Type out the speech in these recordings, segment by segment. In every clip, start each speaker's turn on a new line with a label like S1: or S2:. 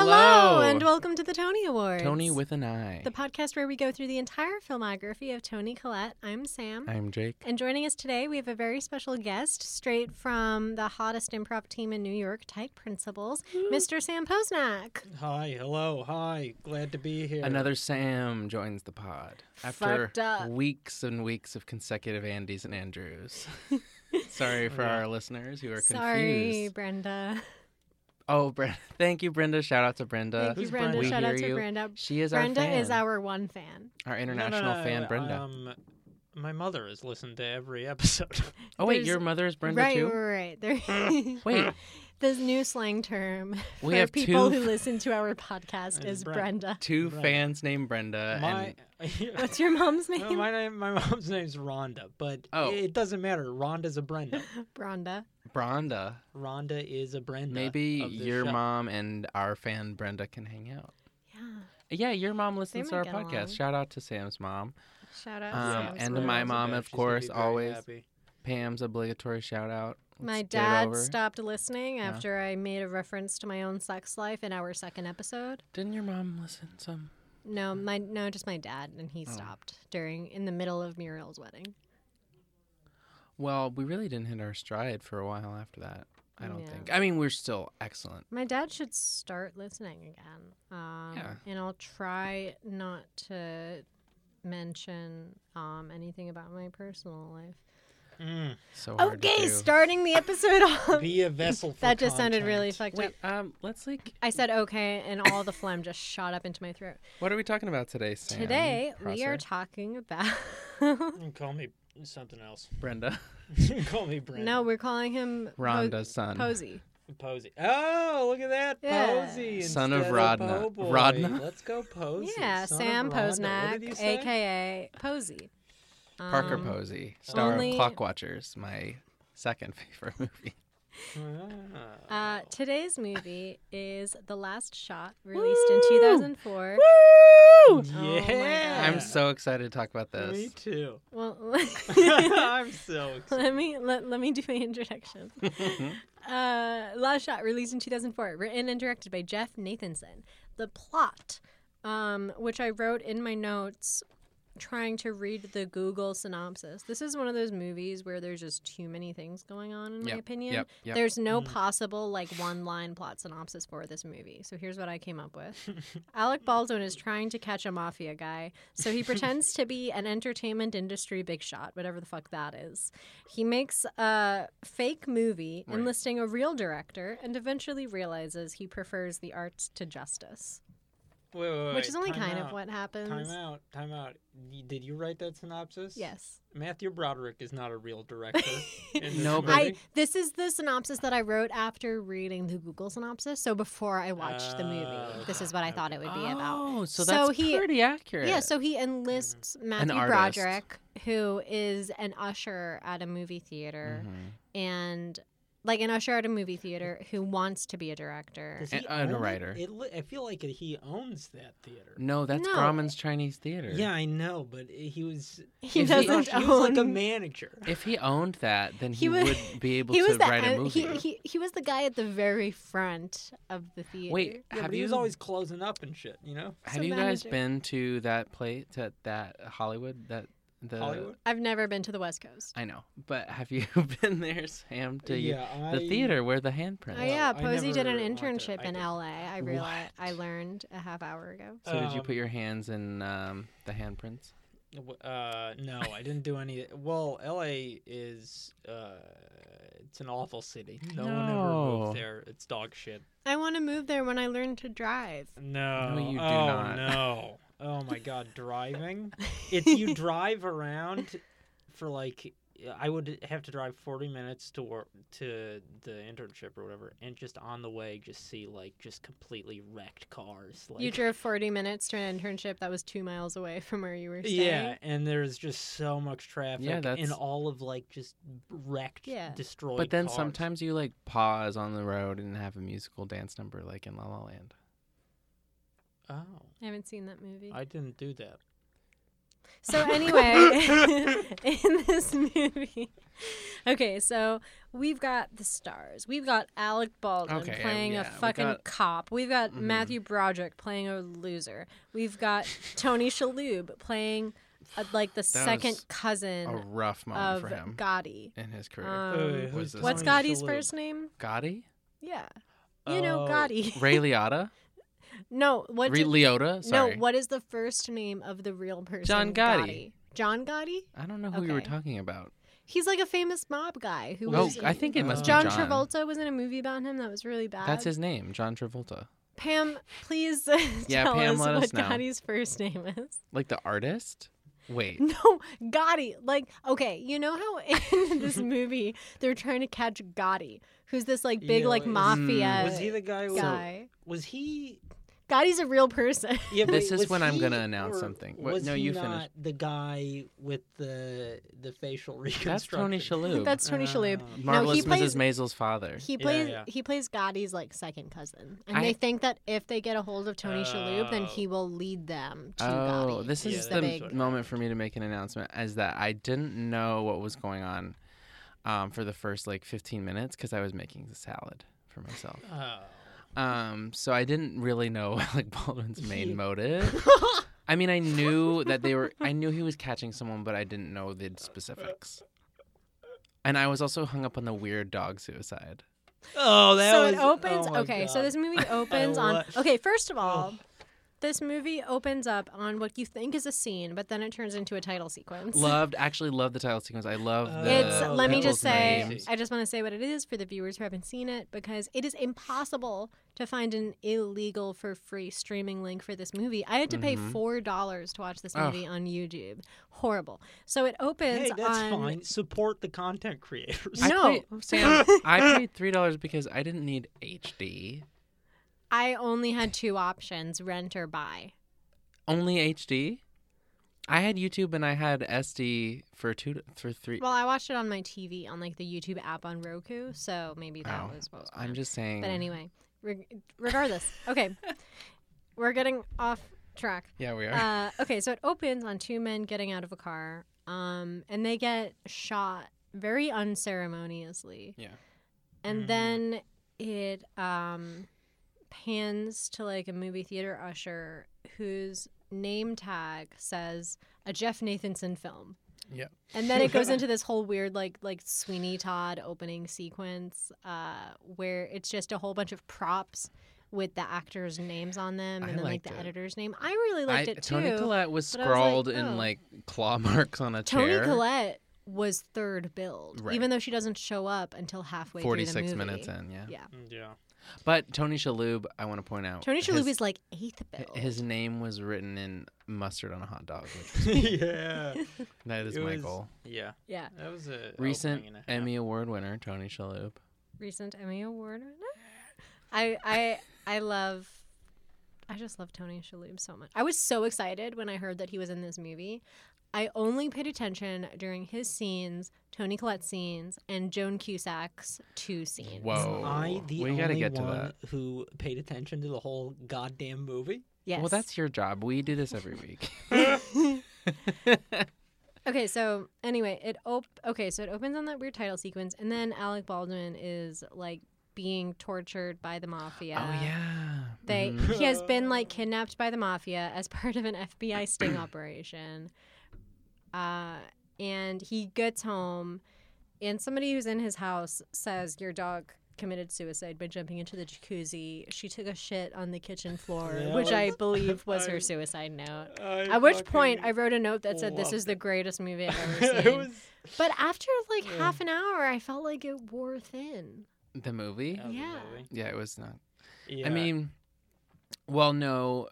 S1: Hello, and welcome to the Tony Awards.
S2: Tony with an I.
S1: the podcast where we go through the entire filmography of Tony Collette. I'm Sam.
S2: I'm Jake.
S1: and joining us today, we have a very special guest straight from the hottest improv team in New York, Tight Principles, Mr. Sam Posnack.
S3: Hi, hello, hi. Glad to be here.
S2: Another Sam joins the pod after
S1: Fucked up.
S2: weeks and weeks of consecutive Andys and Andrews. Sorry for our listeners who are confused.
S1: Sorry, Brenda.
S2: Oh, Brenda. Thank you, Brenda. Shout out to Brenda.
S1: Thank you,
S3: who's
S1: Brenda.
S3: Brenda?
S2: We
S1: Shout out
S2: hear
S1: to
S2: you.
S1: Brenda.
S2: She is
S1: Brenda
S2: our fan.
S1: is our one fan.
S2: our
S3: No, no,
S2: international
S3: no,
S2: fan, Brenda.
S3: Um, my mother has listened to every episode.
S2: oh wait,
S1: there's-
S2: your mother is Brenda
S1: right,
S2: too.
S1: right, right. There,
S2: Wait,
S1: this new slang term
S2: we
S1: for
S2: have
S1: people
S2: two
S1: who listen to our podcast
S3: Is
S1: is
S3: Bren-
S1: Brenda.
S2: two
S3: Right.
S2: fans named Brenda.
S3: my,
S2: and
S1: What's your mom's name?
S3: no, my name, my mom's name's Rhonda, but
S2: Oh.
S3: it doesn't matter. Rhonda's a Brenda.
S1: Brenda.
S2: Brenda.
S3: Rhonda is a Brenda.
S2: Maybe
S3: of this
S2: your
S3: show.
S2: mom and our fan Brenda can hang out.
S1: Yeah.
S2: Yeah, your mom listens to
S1: might
S2: our
S1: get
S2: podcast.
S1: along.
S2: Shout out to Sam's mom.
S1: Shout out
S2: Um,
S1: Sam's
S2: and
S1: mom.
S2: my
S3: Rhonda's a
S2: mom,
S3: Beth.
S2: of
S3: She's gonna be
S2: course,
S3: very
S2: always-
S3: happy.
S2: Pam's obligatory shout out. Let's
S1: My
S2: get it
S1: dad
S2: over.
S1: stopped listening after I made a reference to my own sex life in our second episode.
S2: Didn't your mom listen some?
S1: No,
S2: Mm.
S1: my no, just my dad, and
S2: Oh.
S1: he stopped during in the middle of Muriel's wedding.
S2: Well, we really didn't hit our stride for a while after that. I don't
S1: Yeah.
S2: think. I mean, we're still excellent.
S1: My dad should start listening again. Um,
S2: Yeah.
S1: And I'll try not to mention um, anything about my personal life.
S3: Mm,
S2: So hard to
S1: Okay,
S2: do.
S1: starting the episode off.
S3: be a vessel. For
S1: That just sounded really
S3: content.
S1: fucked up.
S2: Wait, um, let's like.
S1: I said okay, and all the phlegm just shot up into my throat.
S2: What are we talking about today, Sam?
S1: Today, we
S2: Prosser?
S1: are talking about.
S3: Mm, Call me something else.
S2: Brenda,
S3: Call me Brenda.
S1: no, we're calling him Po-
S2: Rhonda's son.
S1: Posey.
S3: Posey. Oh, look at that.
S1: Yeah.
S3: Posey.
S2: Son of
S3: instead
S2: Rodna.
S3: Po' Boy.
S2: Rodna?
S3: Let's go, Posey.
S1: Yeah,
S3: son of
S1: Sam
S3: Rodna. What did you
S1: Posnack,
S3: say?
S1: aka Posey.
S2: Parker
S1: Um,
S2: Posey, star
S1: only-
S2: of Clock Watchers, my second favorite movie.
S3: Ah.
S1: Uh, today's movie is The Last Shot, released in 2004. my God.
S3: yeah.
S2: I'm so excited to talk about this.
S3: Me too.
S1: Well,
S3: I'm so excited.
S1: let me let, let me do my introduction.
S2: Mm-hmm.
S1: uh, Last Shot, released in 2004, written and directed by Jeff Nathanson. The plot, um, which I wrote in my notes, trying to read the Google synopsis. This is one of those movies where there's just too many things going on, in
S2: Yep,
S1: my opinion.
S2: yep, yep.
S1: There's no possible like one line plot synopsis for this movie. So here's what I came up with. Alec Baldwin is trying to catch a mafia guy, so he pretends to be an entertainment industry big shot, whatever the fuck that is. He makes a fake movie
S2: Right.
S1: enlisting a real director and eventually realizes he prefers the arts to justice,
S3: Wait, wait, wait,
S1: which is only
S3: time
S1: kind
S3: out.
S1: of what happens.
S3: Time out. Time out. Y- Did you write that synopsis?
S1: Yes.
S3: Matthew Broderick is not a real director. in this
S2: No, but-
S1: I
S3: movie.
S1: this is the synopsis that I wrote after reading the Google synopsis. So before I watched the movie,
S3: Oh,
S1: this is what I thought it would be about.
S2: Oh, so
S1: So
S2: that's
S1: he-
S2: pretty accurate.
S1: Yeah, so he enlists
S3: Mm-hmm.
S1: Matthew
S2: artist.
S1: Broderick, who is an usher at a movie
S3: Mm-hmm.
S1: theater,
S2: Mhm.
S1: and like an usher at a movie theater who wants to be a director.
S3: Does he
S2: And- and a
S3: own it?
S2: writer.
S3: It li- I feel like he owns that theater.
S2: No, that's
S1: No.
S2: Grauman's Chinese Theater.
S3: Yeah, I know, but he was
S1: He
S2: If he-
S1: doesn't
S3: he
S1: own.
S3: was like a manager.
S2: If he owned that, then he,
S1: He was-
S2: would be able
S1: he
S2: to
S1: was the
S2: write a
S1: uh,
S2: movie.
S1: he, he he was the guy at the very front of the theater.
S2: Wait,
S3: Yeah,
S2: have
S3: but he
S2: you
S3: was always closing up and shit, you know?
S2: have
S1: So
S2: you guys
S1: manager.
S2: been to that place to that Hollywood that the
S3: Hollywood?
S1: I've never been to the West Coast.
S2: I know, but have you been there, Sam? To you-
S3: yeah,
S2: the
S3: I-
S2: theater where the handprint.
S1: Oh
S3: Well,
S1: yeah,
S3: I
S1: Posey did an
S3: never went there.
S1: internship
S3: I
S1: in
S3: did.
S1: LA. I realized I learned a half hour ago.
S2: So did you
S3: Um,
S2: put your hands in um, the handprints?
S3: W- Uh, no, I didn't do any. Well, L.A. is uh, it's an awful city. No, one ever
S2: No.
S3: moved there. It's dog shit.
S1: I want to move there when I learn to drive.
S3: No,
S2: you do
S3: oh,
S2: not.
S3: No, oh my god, driving. It's you drive around for like I would have to drive forty minutes to work to the internship or whatever, and just on the way, just see like just completely wrecked cars. Like,
S1: You drove 40 minutes to an internship that was two miles away from where you were staying.
S3: Yeah, and there's just so much traffic.
S2: that's-
S3: and all of like just wrecked,
S1: Yeah.
S3: destroyed.
S2: But then
S3: cars.
S2: sometimes you like pause on the road and have a musical dance number, like in La La Land.
S3: Oh,
S1: I haven't seen that movie.
S3: I didn't do that.
S1: So anyway, in this movie, Okay, so we've got the stars. We've got Alec Baldwin
S2: Okay, um,
S1: playing
S2: yeah,
S1: a
S2: we
S1: fucking
S2: got-
S1: cop. We've got
S2: Mhm.
S1: Matthew Broderick playing a loser. We've got Tony Shalhoub playing uh like the second
S2: was a
S1: cousin
S2: rough moment
S1: of
S2: for him
S1: Gotti.
S2: in his career.
S3: Oh,
S1: Um,
S2: What is this
S1: what's
S2: Tony
S1: Gotti's first name?
S2: Gotti,
S1: Yeah, you know
S3: Oh,
S1: Gotti.
S2: Ray Liotta,
S1: no, what?
S2: Ray
S1: did-
S2: Liotta.
S1: no,
S2: Sorry,
S1: what is the first name of the real person?
S2: John Gotti.
S1: John Gotti.
S2: I don't know who you were
S1: Okay.
S2: talking about.
S1: He's like a famous mob guy who
S2: Oh,
S1: was.
S2: I think it must
S1: John,
S2: be John
S1: Travolta was in a movie about him that was really bad.
S2: That's his name, John Travolta.
S1: Pam, please
S2: Yeah,
S1: tell
S2: Pam,
S1: us
S2: let
S1: what
S2: us know.
S1: Gotti's first name is.
S2: Like the artist? Wait.
S1: No, Gotti. Like, okay, you know how in this movie they're trying to catch Gotti, who's this like big
S3: Yeah,
S1: like
S3: was-
S1: mafia
S3: Was he the guy? Who,
S1: guy.
S3: Was he?
S1: Gotti's a real person.
S3: Yeah,
S2: This
S3: wait,
S2: is
S3: was
S2: when I'm
S3: he
S2: gonna announce
S3: or
S2: something. What-
S3: was
S2: no,
S3: he
S2: you finish.
S3: not the guy with the the facial reconstruction?
S2: That's Tony Shalhoub.
S1: That's Tony Shalhoub.
S3: Ah.
S2: Marvelous
S1: plays-
S2: Mrs. Maisel's father.
S1: He
S3: Yeah,
S1: plays
S3: yeah.
S1: he plays Gotti's like second cousin, and
S2: I-
S1: they think that if they get a hold of Tony Shalhoub, then
S3: Oh.
S1: he will lead them to
S2: Oh,
S1: Gotti.
S2: this
S3: Yeah,
S2: is
S1: the
S2: the
S1: big-
S2: m- moment for me to make an announcement as that I didn't know what was going on um, for the first like 15 minutes because I was making the salad for myself.
S3: Oh.
S2: Um, so I didn't really know Alec Baldwin's main
S3: Yeah.
S2: motive. I mean, I knew that they were, I knew he was catching someone, but I didn't know the specifics. And I was also hung up on the weird dog suicide.
S3: Oh, that
S1: so
S3: was.
S1: it opens.
S3: oh my
S1: okay, so
S3: God.
S1: this movie opens
S3: I
S1: on.
S3: watched- Oh.
S1: Okay, first of all, this movie opens up on what you think is a scene, but then it turns into a title sequence.
S2: Loved, actually loved the title sequence. I love the.
S1: it's
S3: Oh,
S1: let me
S2: people's
S1: just say
S2: names.
S1: I just want to say what it is for the viewers who haven't seen it because it is impossible to find an illegal for free streaming link for this movie. I had to pay
S3: Mm-hmm.
S2: Mhm.
S1: four dollars to watch this
S2: Ugh.
S1: movie on YouTube. Horrible. So it opens
S3: Hey, that's
S1: on
S3: fine. Support the content creators.
S2: I
S1: No. oh,
S2: paid- Sam, I paid three dollars because I didn't need HD.
S1: I only had two options, rent or buy.
S2: Only HD. I had YouTube and I had SD for two for three.
S1: Well, I watched it on my TV on like the YouTube app on Roku, so maybe that
S2: Oh,
S1: was what was going
S2: I'm
S1: on.
S2: just saying.
S1: But anyway, reg- regardless, okay, we're getting off track.
S2: Yeah, we are.
S1: Uh, okay, so it opens on two men getting out of a car, um, and they get shot very unceremoniously.
S2: Yeah. Mm-hmm.
S1: And
S3: Mm.
S1: then it um, pans to like a movie theater usher whose name tag says a Jeff Nathanson film.
S2: Yeah.
S1: And then it goes into this whole weird like like Sweeney Todd opening sequence uh, where it's just a whole bunch of props with the actors' names on them
S2: I
S1: and then like
S2: liked
S1: the
S2: it.
S1: editor's name. I really liked
S2: I-
S1: it too.
S2: Tony Collette was
S1: but I was like,
S2: scrawled
S1: oh.
S2: in like claw marks on a
S1: Tony
S2: chair.
S1: Collette was third billed,
S2: Right.
S1: even though she doesn't show up until halfway through the
S2: Forty-six
S1: movie.
S2: minutes in, yeah.
S1: Yeah.
S3: Yeah.
S2: But Tony Shalhoub, I want to point out.
S1: Tony Shalhoub
S2: his,
S1: is like eighth billed.
S2: His name was written in mustard on a hot dog. Which,
S3: yeah.
S2: that is
S3: It
S2: my
S3: was-
S2: goal.
S3: Yeah.
S1: yeah,
S3: That was a
S2: Recent
S3: opening and a half.
S2: Emmy Award winner Tony Shalhoub.
S1: recent Emmy Award winner. I I I love. I just love Tony Shalhoub so much. I was so excited when I heard that he was in this movie. I only paid attention during his scenes, Tony Collette scenes, and Joan Cusack's two scenes.
S2: Whoa,
S3: I the
S2: Oh, we
S3: only
S2: gotta get to
S3: one
S2: that.
S3: who paid attention to the whole goddamn movie.
S1: Yes.
S2: Well, that's your job. We do this every week. Oh,
S1: Okay, so anyway, it op- okay, so it opens on that weird title sequence, and then Alec Baldwin is like being tortured by the mafia.
S2: Oh yeah.
S1: They
S2: Mhm.
S1: he has been like kidnapped by the mafia as part of an FBI sting operation. Uh, and he gets home, and somebody who's in his house says, "Your dog." Committed suicide by jumping into the jacuzzi. She took a shit on the kitchen floor,
S3: Yeah,
S1: which I
S3: was-
S1: believe was her
S3: I-
S1: suicide note. At which point, I wrote a note that said, "This is the greatest movie I've ever
S3: it
S1: seen."
S3: was
S1: But after like
S3: Yeah.
S1: half an hour, I felt like it wore thin.
S2: Mm-hmm. The movie?
S3: That was a
S1: Yeah.
S3: movie.
S2: Yeah, it was not.
S3: Oh. Yeah.
S2: I mean, well, no,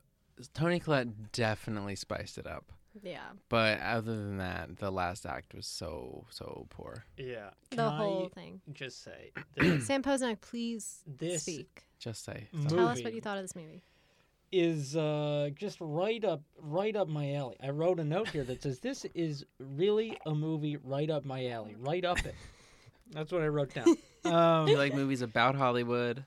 S2: Tony Collette definitely spiced it up.
S1: Yeah,
S2: But other than that, the last act was so so poor.
S3: yeah. Can
S1: the
S3: I
S1: whole thing.
S3: just say that
S1: Sam Posnack, please
S3: this
S1: speak.
S2: Just say
S3: Mm.
S2: something.
S1: Tell us what
S3: movie.
S1: you thought of this movie.
S3: is uh, just right up right up my alley. I wrote a note here that says this is really a movie right up my alley, right up it. That's what I wrote down.
S2: Do you
S3: Um,
S2: like movies about Hollywood?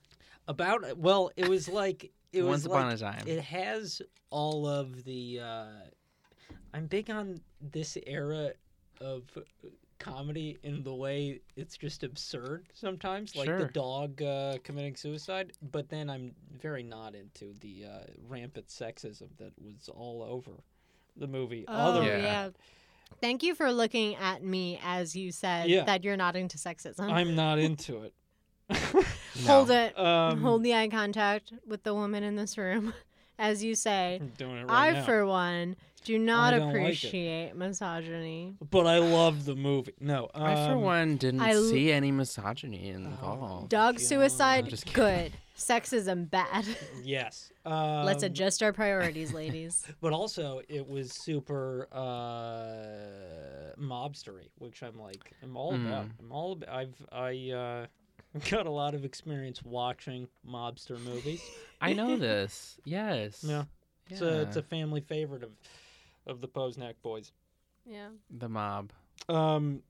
S3: about well, it was like it
S2: Once
S3: was
S2: upon
S3: like
S2: a time.
S3: It has all of the. Uh, I'm big on this era of comedy in the way it's just absurd sometimes, like the
S2: Sure.
S3: dog uh, committing suicide. But then I'm very not into the uh, rampant sexism that was all over the movie.
S1: Oh
S3: Other
S1: yeah.
S2: Yeah.
S1: Thank you for looking at me as you said
S3: Yeah.
S1: that you're not into sexism.
S3: I'm not into it.
S1: Hold
S2: No.
S1: it.
S3: Um,
S1: Hold the eye contact with the woman in this room as you say,
S3: I'm doing it right
S1: I
S3: now. Oh,
S1: for one do not
S3: don't like it.
S1: appreciate misogyny.
S3: But I love the movie. No, um,
S2: I for one didn't
S1: I l-
S2: see any misogyny involved.
S1: Dog
S3: Yeah,
S1: suicide
S2: I'm just kidding.
S1: good. Sexism bad.
S3: Yes. Um,
S1: Let's adjust our priorities, ladies.
S3: But also, it was super uh, mobstery, which I'm like, I'm all about.
S2: Mm.
S3: I'm all. About, I've I uh, got a lot of experience watching mobster movies.
S2: I know this. Yes.
S3: Yeah.
S2: Yeah.
S3: So it's a family favorite of of the Posnack boys.
S1: yeah.
S2: the mob.
S3: Um,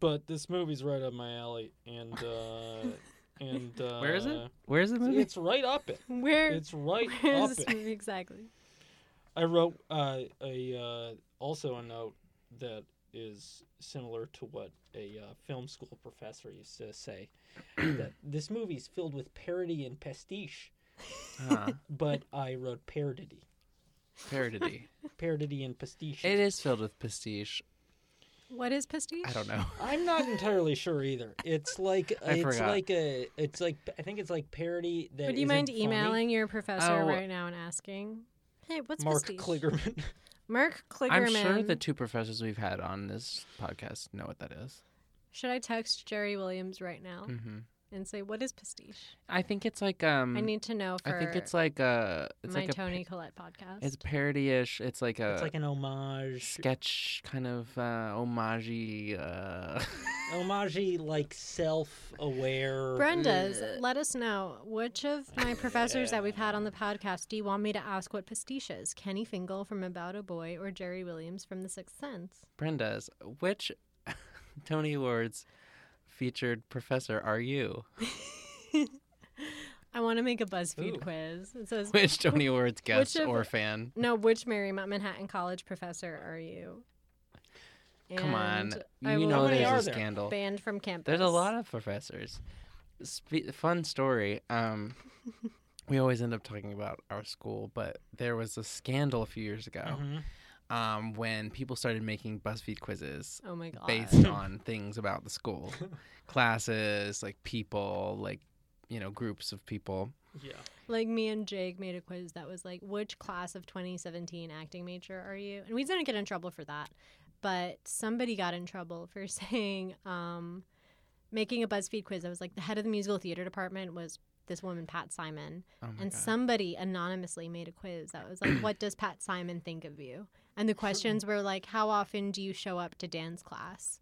S3: but this movie's right up my alley, and uh, and uh,
S2: Where is it? Where is the movie?
S3: It's right up it.
S1: Where
S3: It's right
S1: where
S3: up
S1: is this
S3: it.
S1: movie exactly?
S3: I wrote uh, a uh, also a note that is similar to what a uh, film school professor used to say that this movie is filled with parody and pastiche,
S2: Huh.
S3: but I wrote parody,
S2: Parody.
S3: parody and pastiche.
S2: it is filled with pastiche.
S1: What is pastiche?
S2: I don't know.
S3: I'm not entirely sure either. It's like
S2: I
S3: it's
S2: forgot.
S3: like a it's like I think it's like parody that.
S1: Would you mind
S3: isn't funny.
S1: emailing your professor
S2: Oh.
S1: right now and asking? Hey, what's
S3: Mark
S1: pastiche?
S3: Kligerman?
S2: Uh,
S1: Mark Kligerman.
S2: I'm sure the two professors we've had on this podcast know what that is.
S1: Should I text Jerry Williams right now
S2: Mm-hmm.
S1: and say what is pastiche?
S2: I think it's like um.
S1: I need to know
S2: I
S1: for
S2: think it's like a. It's
S1: my
S2: like a. pa-
S1: Tony Collette podcast.
S2: It's parody-ish. It's like a
S3: it's like an homage,
S2: sketch kind of uh, homage. Uh...
S3: homage like self-aware.
S1: Brenda's, let us know which of my professors that we've had on the podcast do you want me to ask what pastiche is? Kenny Fingal from About a Boy or Jerry Williams from The Sixth Sense?
S2: Brenda's. Which Tony Awards featured professor are you?
S1: I want to make a BuzzFeed
S3: Ooh.
S1: quiz. It says,
S2: Which Tony Awards guest
S1: of-
S2: or fan?
S1: no, which Marymount Manhattan College professor are you?
S2: Come on,
S1: And I
S2: you
S1: will
S2: know
S3: How many
S1: be
S3: are
S2: there's a
S3: there?
S2: scandal.
S1: Banned from campus.
S2: There's a lot of professors. Spe- fun story. Um, we always end up talking about our school, but there was a scandal a few years ago
S3: Mhm.
S2: um, when people started making BuzzFeed quizzes
S1: Oh my god.
S2: based on things about the school, classes, like people, like you know, groups of people.
S3: Yeah.
S1: Like me and Jake made a quiz that was like, which class of 2017 acting major are you? And we didn't get in trouble for that, but somebody got in trouble for saying, um, making a BuzzFeed quiz. I was like, the head of the musical theater department was this woman, Pat Simon,
S2: Oh my
S1: and
S2: God.
S1: somebody anonymously made a quiz that was like, what does Pat Simon think of you? And the questions were like, how often do you show up to dance class?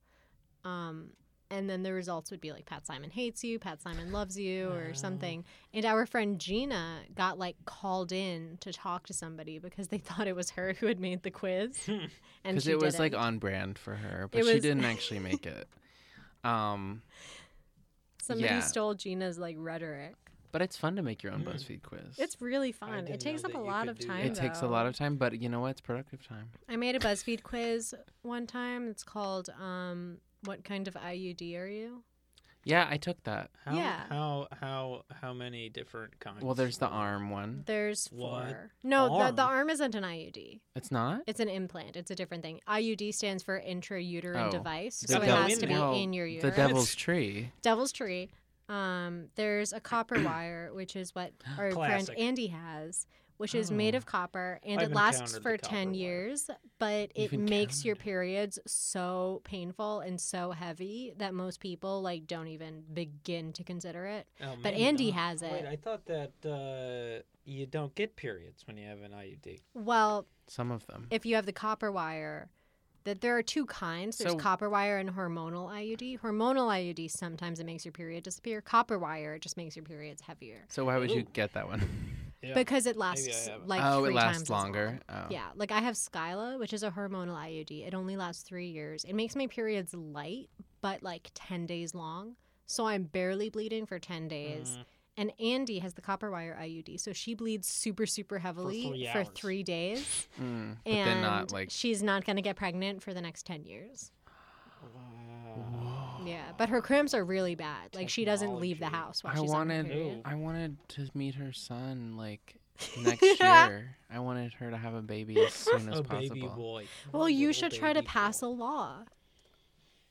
S1: Um, and then the results would be like Pat Simon hates you, Pat Simon loves you, or
S3: Wow.
S1: something.
S3: Oh.
S1: And our friend Gina got like called in to talk to somebody because they thought it was her who had made the quiz,
S3: Hmm.
S1: and
S2: because
S1: she
S2: it was like
S1: didn't.
S2: on brand for her, but
S1: It
S2: she
S1: was-
S2: didn't actually make it. Um,
S1: somebody
S2: yeah.
S1: stole Gina's like rhetoric.
S2: but it's fun to make your own
S3: Mm.
S2: BuzzFeed quiz.
S1: It's really fun. It
S3: didn't
S1: takes
S3: know
S1: up a
S3: that you
S1: lot
S3: could
S1: of
S3: do
S1: time.
S3: that.
S2: it takes a lot of time, but you know what? It's productive time.
S1: I made a BuzzFeed quiz one time. It's called um, "What kind of IUD are you?"
S2: Yeah, I took that.
S3: How,
S1: Yeah.
S3: How how how many different kinds?
S2: Well, there's the arm one.
S1: There's four.
S3: What?
S1: No, The, the
S3: Arm?
S1: arm isn't an IUD.
S2: It's not.
S1: It's an implant. It's a different thing. IUD stands for intrauterine
S2: Oh.
S1: device,
S3: It's
S1: so
S3: got
S1: it
S3: the
S1: has to be
S3: window.
S1: in your
S2: The
S1: uterus.
S2: devil's tree.
S1: Devil's tree. Um, there's a copper wire, which is what our friend
S3: Classic.
S1: Andy has, which is made
S2: Oh.
S1: of copper, and
S3: I've
S1: it lasts
S3: encountered
S1: for
S3: the copper
S1: ten
S3: wire.
S1: years. But it
S2: You've
S1: makes your periods so painful and so heavy that most people like don't even begin to consider it.
S3: Oh,
S1: But
S3: maybe
S1: Andy
S3: not.
S1: has
S3: Wait,
S1: it.
S3: I thought that uh, you don't get periods when you have an IUD.
S1: Well,
S2: Some of them.
S1: if you have the copper wire that there are two kinds there's
S2: So-
S1: copper wire and hormonal iud hormonal iud sometimes it makes your period disappear copper wire it just makes your periods heavier
S2: So why would you
S3: Ooh.
S2: get that one?
S3: Yeah.
S1: because it lasts
S3: haven't.
S1: like
S2: oh,
S1: three
S2: it lasts
S1: times as
S2: longer.
S1: long.
S2: Oh.
S1: yeah like i have skyla which is a hormonal iud it only lasts three years it makes my periods light but like 10 days long so i'm barely bleeding for 10 days
S3: Mm.
S1: and andy has the copper wire iud so she bleeds super super heavily
S3: three
S1: for
S3: hours.
S1: three days
S2: Mm, but
S1: and
S2: then not like.
S1: she's not going to get pregnant for the next 10 years
S2: Oh.
S3: Wow.
S1: Yeah, but her cramps are really bad. Like she doesn't leave the
S3: Technology.
S1: house while
S2: I
S1: she's on her
S2: wanted-
S1: period.
S2: I wanted to meet her son like next year. I wanted her to have a baby as soon as
S3: A
S2: possible.
S3: baby boy.
S1: Well,
S3: A
S1: you
S3: little
S1: should try to
S3: baby
S1: pass
S3: boy.
S1: a law.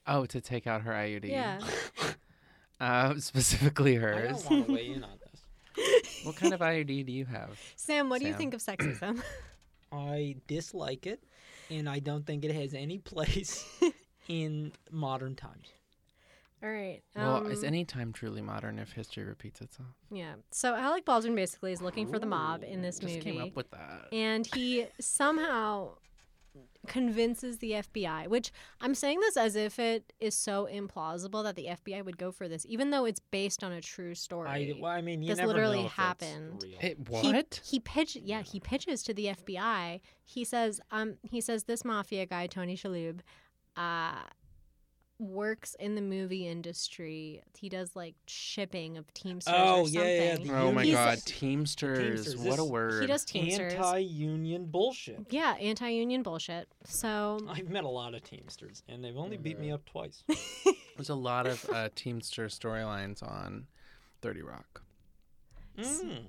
S2: Oh, to take out her IUD.
S1: Yeah. Oh.
S2: Uh, specifically
S3: I
S2: hers.
S3: don't want to weigh in on this.
S2: What kind of IUD do you have?
S1: Sam, what do you
S2: Sam.
S1: think of sexism?
S3: I dislike it, and I don't think it has any place in modern times.
S1: All right.
S2: Well, is
S1: um,
S2: any time truly modern if history repeats itself?
S1: Yeah. So Alec Baldwin basically is looking for the mob in this
S2: Just
S1: movie.
S2: came up with that.
S1: and he somehow convinces the FBI, which I'm saying this as if it is so implausible that the FBI would go for this, even though it's based on a true story.
S3: I, well, I mean, you
S1: This
S3: never
S1: literally
S3: know if it's
S1: happened.
S3: real.
S2: It
S1: He-
S2: what?
S1: He, pitch yeah, he pitches to the FBI. He says, um, he says this mafia guy, Tony Shalhoub, uh, works in the movie industry. He does like shipping of Teamsters or
S3: Oh,
S1: something.
S3: yeah, yeah, the
S2: oh my
S1: He's-
S2: God, Teamsters!
S3: Teamsters,
S2: what a
S3: this-
S2: word.
S1: He does Teamsters.
S3: Anti-union bullshit.
S1: yeah, anti-union bullshit. So
S3: I've met a lot of Teamsters, and they've only beat me up twice.
S2: There's a lot of uh, Teamster storylines on Thirty Rock.
S3: Mm.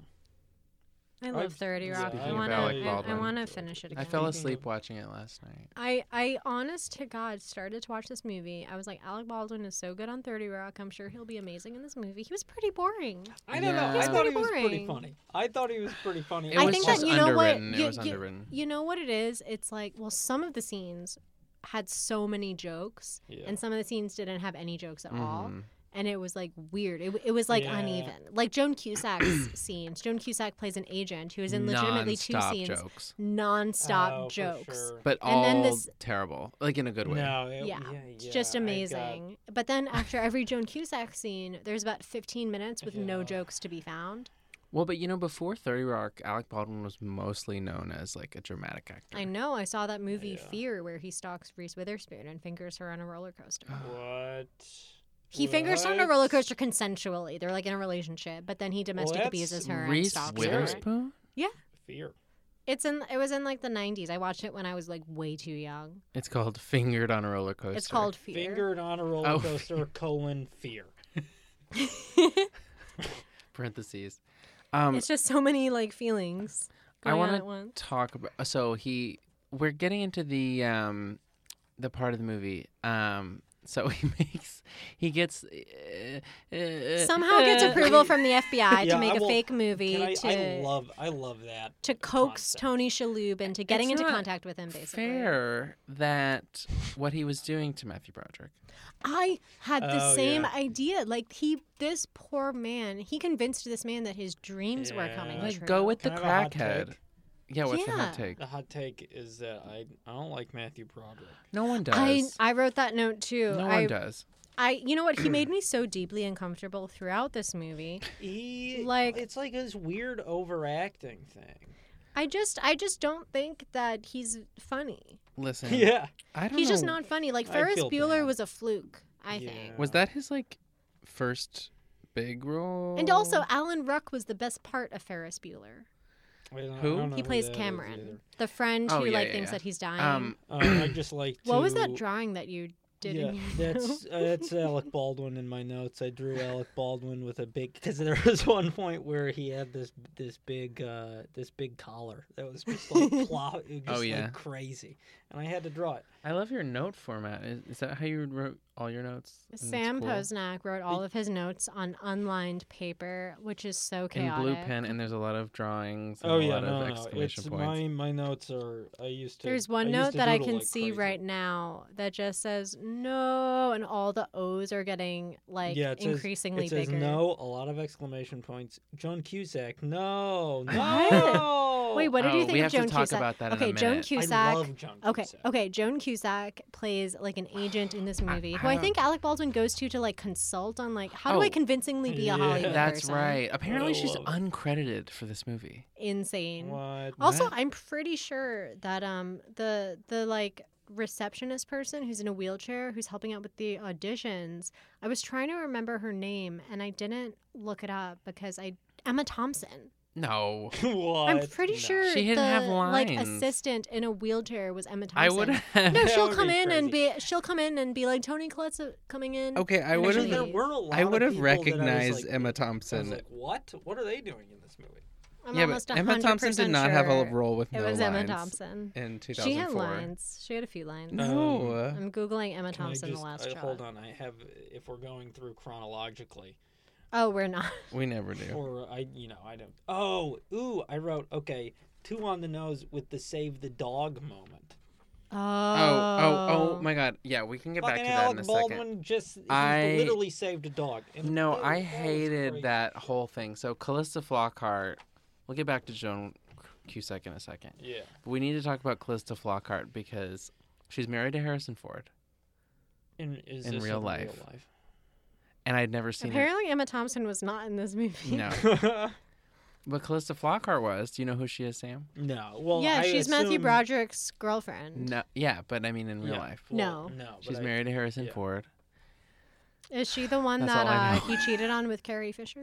S1: I love
S3: I've-
S1: 30 Rock.
S2: Speaking
S1: I
S2: of
S1: want to
S2: Alec
S1: I,
S2: Baldwin.
S1: want to finish it again.
S2: I fell
S3: Speaking
S2: asleep
S3: of-
S2: watching it last night.
S1: I, I honest to God started to watch this movie. I was like, Alec Baldwin is so good on 30 Rock. I'm sure he'll be amazing in this movie. He was pretty boring.
S3: I don't know.
S2: Yeah.
S3: I
S2: He's
S3: thought
S1: pretty
S3: he was pretty
S1: boring.
S3: funny. I thought he was pretty funny.
S2: It
S1: I
S2: was
S1: think
S2: just
S1: that you know what
S2: underwritten. It
S1: you,
S2: was
S1: you-
S2: underwritten.
S1: you know what it is. It's like well, some of the scenes had so many jokes,
S3: Yeah.
S1: and some of the scenes didn't have any jokes at all.
S2: Mhm.
S1: and it was like weird. It, it was like
S3: Yeah.
S1: uneven. Like Joan Cusack's scenes. Joan Cusack plays an agent who is in legitimately two
S2: Mm-hmm. Non-stop
S1: scenes,
S2: jokes,
S1: non-stop
S3: Oh, for
S1: jokes.
S3: sure.
S2: but
S1: And
S2: all
S1: then this-
S2: terrible, like in a good way.
S3: No, it-
S1: Yeah,
S3: yeah,
S1: It's just
S3: yeah, I got-
S1: amazing. But then after every Joan Cusack scene, there's about 15 minutes with no
S3: Yeah.
S1: jokes to be found.
S2: Well, but you know, before Thirty Rock, Alec Baldwin was mostly known as like a dramatic actor.
S1: I know. I saw that movie
S3: Yeah.
S1: Fear where he stalks Reese Witherspoon and fingers her on a roller coaster.
S3: What?
S1: He fingers her on a
S3: What?
S1: roller coaster consensually. They're like in a relationship, but then he domestic
S3: What?
S1: abuses her and
S2: Reese
S1: stalks her.
S2: Witherspoon.
S3: Fear.
S1: It's in. It was in like the '90s. I watched it when I was like way too young.
S2: It's called Fingered on a Roller Coaster.
S1: It's called Fear.
S3: Fingered on a roller
S2: Oh,
S3: coaster, colon, fear.
S2: parentheses. Um,
S1: it's just so many like feelings
S2: I
S1: going I
S2: wanna-
S1: on at once.
S2: talk about. So he, we're getting into the um, the part of the movie. Um, so he makes, he gets. Uh, uh,
S1: Somehow gets
S2: uh,
S1: approval from the FBI to
S3: Yeah,
S1: make
S3: I
S1: a
S3: will-
S1: fake movie
S3: Can I,
S1: to
S3: I love I love that.
S1: to coax
S3: concept.
S1: Tony Shalhoub into getting
S2: It's
S1: into
S2: not
S1: contact with him. Basically,
S2: Fair that what he was doing to Matthew Broderick.
S1: I had the
S3: Oh,
S1: same
S3: yeah.
S1: idea. Like he, this poor man, he convinced this man that his dreams were coming
S3: Yeah.
S2: Like,
S1: true.
S2: go with
S3: Can
S2: the
S3: I have a hot
S2: crackhead.
S3: take?
S2: Yeah, what's the hot
S1: Yeah.
S2: take?
S3: The hot take is that I I don't like Matthew Broderick.
S2: No one does.
S1: I I wrote that note too.
S2: no
S1: I
S2: one does.
S1: I you know what he made me so deeply uncomfortable throughout this movie.
S3: He
S1: Like-
S3: it's like this weird overacting thing.
S1: I just I just don't think that he's funny.
S2: Listen,
S3: Yeah.
S2: I don't
S1: He's just
S2: know.
S1: not funny. Like
S3: I
S1: Ferris
S3: feel
S1: Bueller
S3: bad.
S1: was a fluke, I think.
S2: Was that his like first big role?
S1: And also Alan Ruck was the best part of Ferris Bueller.
S3: I don't- I
S2: Who?
S3: don't know
S1: He plays
S3: that is
S1: Cameron,
S3: either.
S1: the friend
S2: Oh,
S1: who
S2: yeah,
S1: like
S2: yeah,
S1: thinks
S2: yeah.
S1: that he's dying.
S2: um,
S3: Um, I just like.
S1: what was that
S3: to-
S1: drawing that you did
S3: Yeah,
S1: in your
S3: that's uh, that's Alec Baldwin in my notes. I drew Alec Baldwin with a big because there was one point where he had this this big uh, this big collar that was just like plop, it was
S2: Oh,
S3: just,
S2: yeah.
S3: like crazy, and I had to draw it.
S2: I love your note format. Is, is that how you wrote all your notes? in
S1: Sam
S2: school?
S1: Posnack wrote all of his notes on unlined paper, which is so
S2: in
S1: chaotic.
S2: blue pen, and there's a lot of drawings. And
S3: oh
S2: a
S3: yeah,
S2: lot
S3: no,
S2: of
S3: no,
S2: exclamation
S3: it's
S2: points.
S3: my my notes are I used to.
S1: There's
S3: I
S1: one
S3: used
S1: note
S3: to
S1: that I
S3: doodle
S1: can
S3: like
S1: see
S3: crazy.
S1: right now that just says no, and all the O's are getting like
S3: yeah, it says-
S1: increasingly
S3: it says,
S1: bigger.
S3: no, a lot of exclamation points. John Cusack, no,
S1: What?
S3: no.
S1: Wait, what did
S2: oh,
S1: you think
S2: we
S1: of
S2: have
S1: Joan
S2: to talk
S1: Cusack?
S2: about that in a
S1: okay, Joan
S2: minute.
S1: Cusack.
S3: I love John Cusack.
S1: Okay, okay. Joan Cusack plays like an agent in this movie, who
S2: I
S1: I
S2: don't-
S1: think Alec Baldwin goes to to like consult on like how do
S2: Oh,
S1: I convincingly be
S3: yeah.
S1: a Hollywood
S2: That's
S1: person?
S2: right. Apparently, she's
S3: love it.
S2: uncredited for this movie.
S1: Insane.
S3: What?
S1: Also,
S2: What?
S1: I'm pretty sure that um the the like receptionist person who's in a wheelchair who's helping out with the auditions. I was trying to remember her name and I didn't look it up because I Emma Thompson.
S2: No.
S3: what?
S1: I'm pretty
S3: Oh, No.
S1: sure
S2: She didn't
S1: the
S2: have
S1: like
S2: lines.
S1: assistant in a wheelchair was Emma
S2: I
S1: Thompson.
S2: would have.
S1: No,
S3: That
S1: she'll
S3: would
S1: come
S3: be
S1: in and be
S3: crazy.
S1: she'll come in and be like Tony Collette's uh, coming in.
S2: Oh,
S4: Okay, I
S1: And
S4: would
S3: Actually,
S1: would've-
S4: have.
S3: there were a lot
S4: I would
S3: of
S4: have
S3: people that I was
S4: recognized
S3: like-
S4: Emma
S3: I was
S4: Thompson.
S3: like, what? What are they doing in this movie?
S1: I'm
S2: Yeah, but
S1: almost
S4: Emma Thompson
S1: 100%
S4: did not have a
S1: sure
S4: role with
S1: It
S4: no
S1: was
S4: lines
S1: Emma Thompson.
S4: in 2004.
S1: She had lines. She had a few lines.
S4: No.
S1: I'm googling Emma
S3: Can I
S1: Thompson.
S3: just-
S1: the last
S3: I-
S1: shot.
S3: Hold on, I have. If we're going through chronologically,
S1: Oh, we're not.
S4: we never do.
S3: or I, you know, I don't. Oh, ooh, I wrote okay. Two on the nose with the save the dog moment.
S1: Oh.
S2: Oh, oh, oh my God. Yeah, we can get back to
S3: Fucking
S2: that
S3: Alec
S2: in a
S3: Baldwin
S2: second.
S3: just he
S2: I-
S3: literally saved a dog. And
S2: No,
S3: that-
S2: I
S3: that was
S2: hated
S3: crazy.
S2: that whole thing. So Callista Flockhart. We'll get back to Joan Cusack in a second.
S3: Yeah.
S2: We need to talk about Callista Flockhart because she's married to Harrison Ford,
S3: In, is
S2: In
S3: this
S2: real life. and I'd never seen her.
S1: Apparently, Emma Thompson was not in this movie.
S2: No,
S3: life?
S2: but Callista Flockhart was. Do you know who she is, Sam?
S3: no. Well,
S1: yeah,
S3: I
S1: she's Matthew
S3: assume-
S1: Broderick's girlfriend.
S2: No. Yeah, but I mean in real
S3: Yeah,
S2: life,
S3: well,
S1: Mm. No.
S3: No.
S2: she's
S3: but I-
S2: married to Harrison
S3: yeah.
S2: Ford.
S1: Is she the one
S2: That's all
S1: that
S2: I
S1: uh,
S2: know.
S1: he cheated on with Carrie Fisher?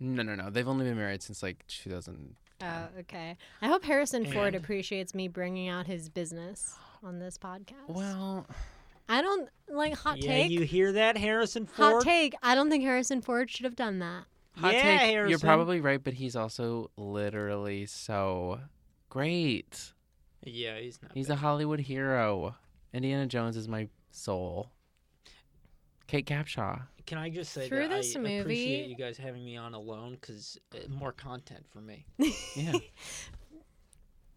S2: No, no, no. They've only been married since like 2000.
S1: Oh, okay. I hope Harrison Ford
S3: And-
S1: appreciates me bringing out his business on this podcast.
S2: Well,
S1: I don't like hot
S3: yeah,
S1: take.
S3: you hear that, Harrison
S1: hot
S3: Ford?
S1: take. I don't think Harrison Ford should have done that.
S2: hot
S3: Yeah,
S2: take. You're
S3: Harrison.
S2: probably right, but he's also literally so great.
S3: Yeah, he's not.
S2: He's
S3: bad.
S2: a Hollywood hero. Indiana Jones is my soul. Kate Capshaw.
S3: Can I just say
S1: Through
S3: that
S1: this
S3: I
S1: movie-
S3: appreciate you guys having me on alone because uh, more content for me.
S2: Yeah.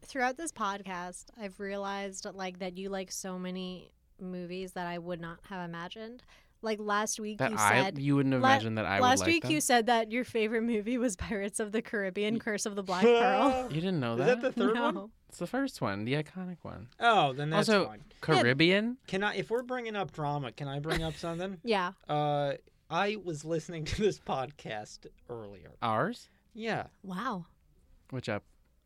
S1: Throughout this podcast, I've realized like that you like so many movies that I would not have imagined. Like last week,
S2: that
S1: you
S2: I
S1: said
S2: you wouldn't
S1: La-
S2: imagine that I
S1: last
S2: would like
S1: week
S2: them.
S1: you said that your favorite movie was Pirates of the Caribbean: Curse of the Black Pearl.
S2: You didn't know
S3: Is
S2: that?
S3: that the third one?
S1: No.
S2: It's the first one, the iconic one.
S3: Oh, then that's
S2: Also-
S3: fine.
S2: Caribbean?
S3: Can I? If we're bringing up drama, can I bring up something?
S1: Yeah.
S3: Uh, I was listening to this podcast earlier.
S2: Ours?
S3: Yeah,
S1: Wow.
S2: Which up?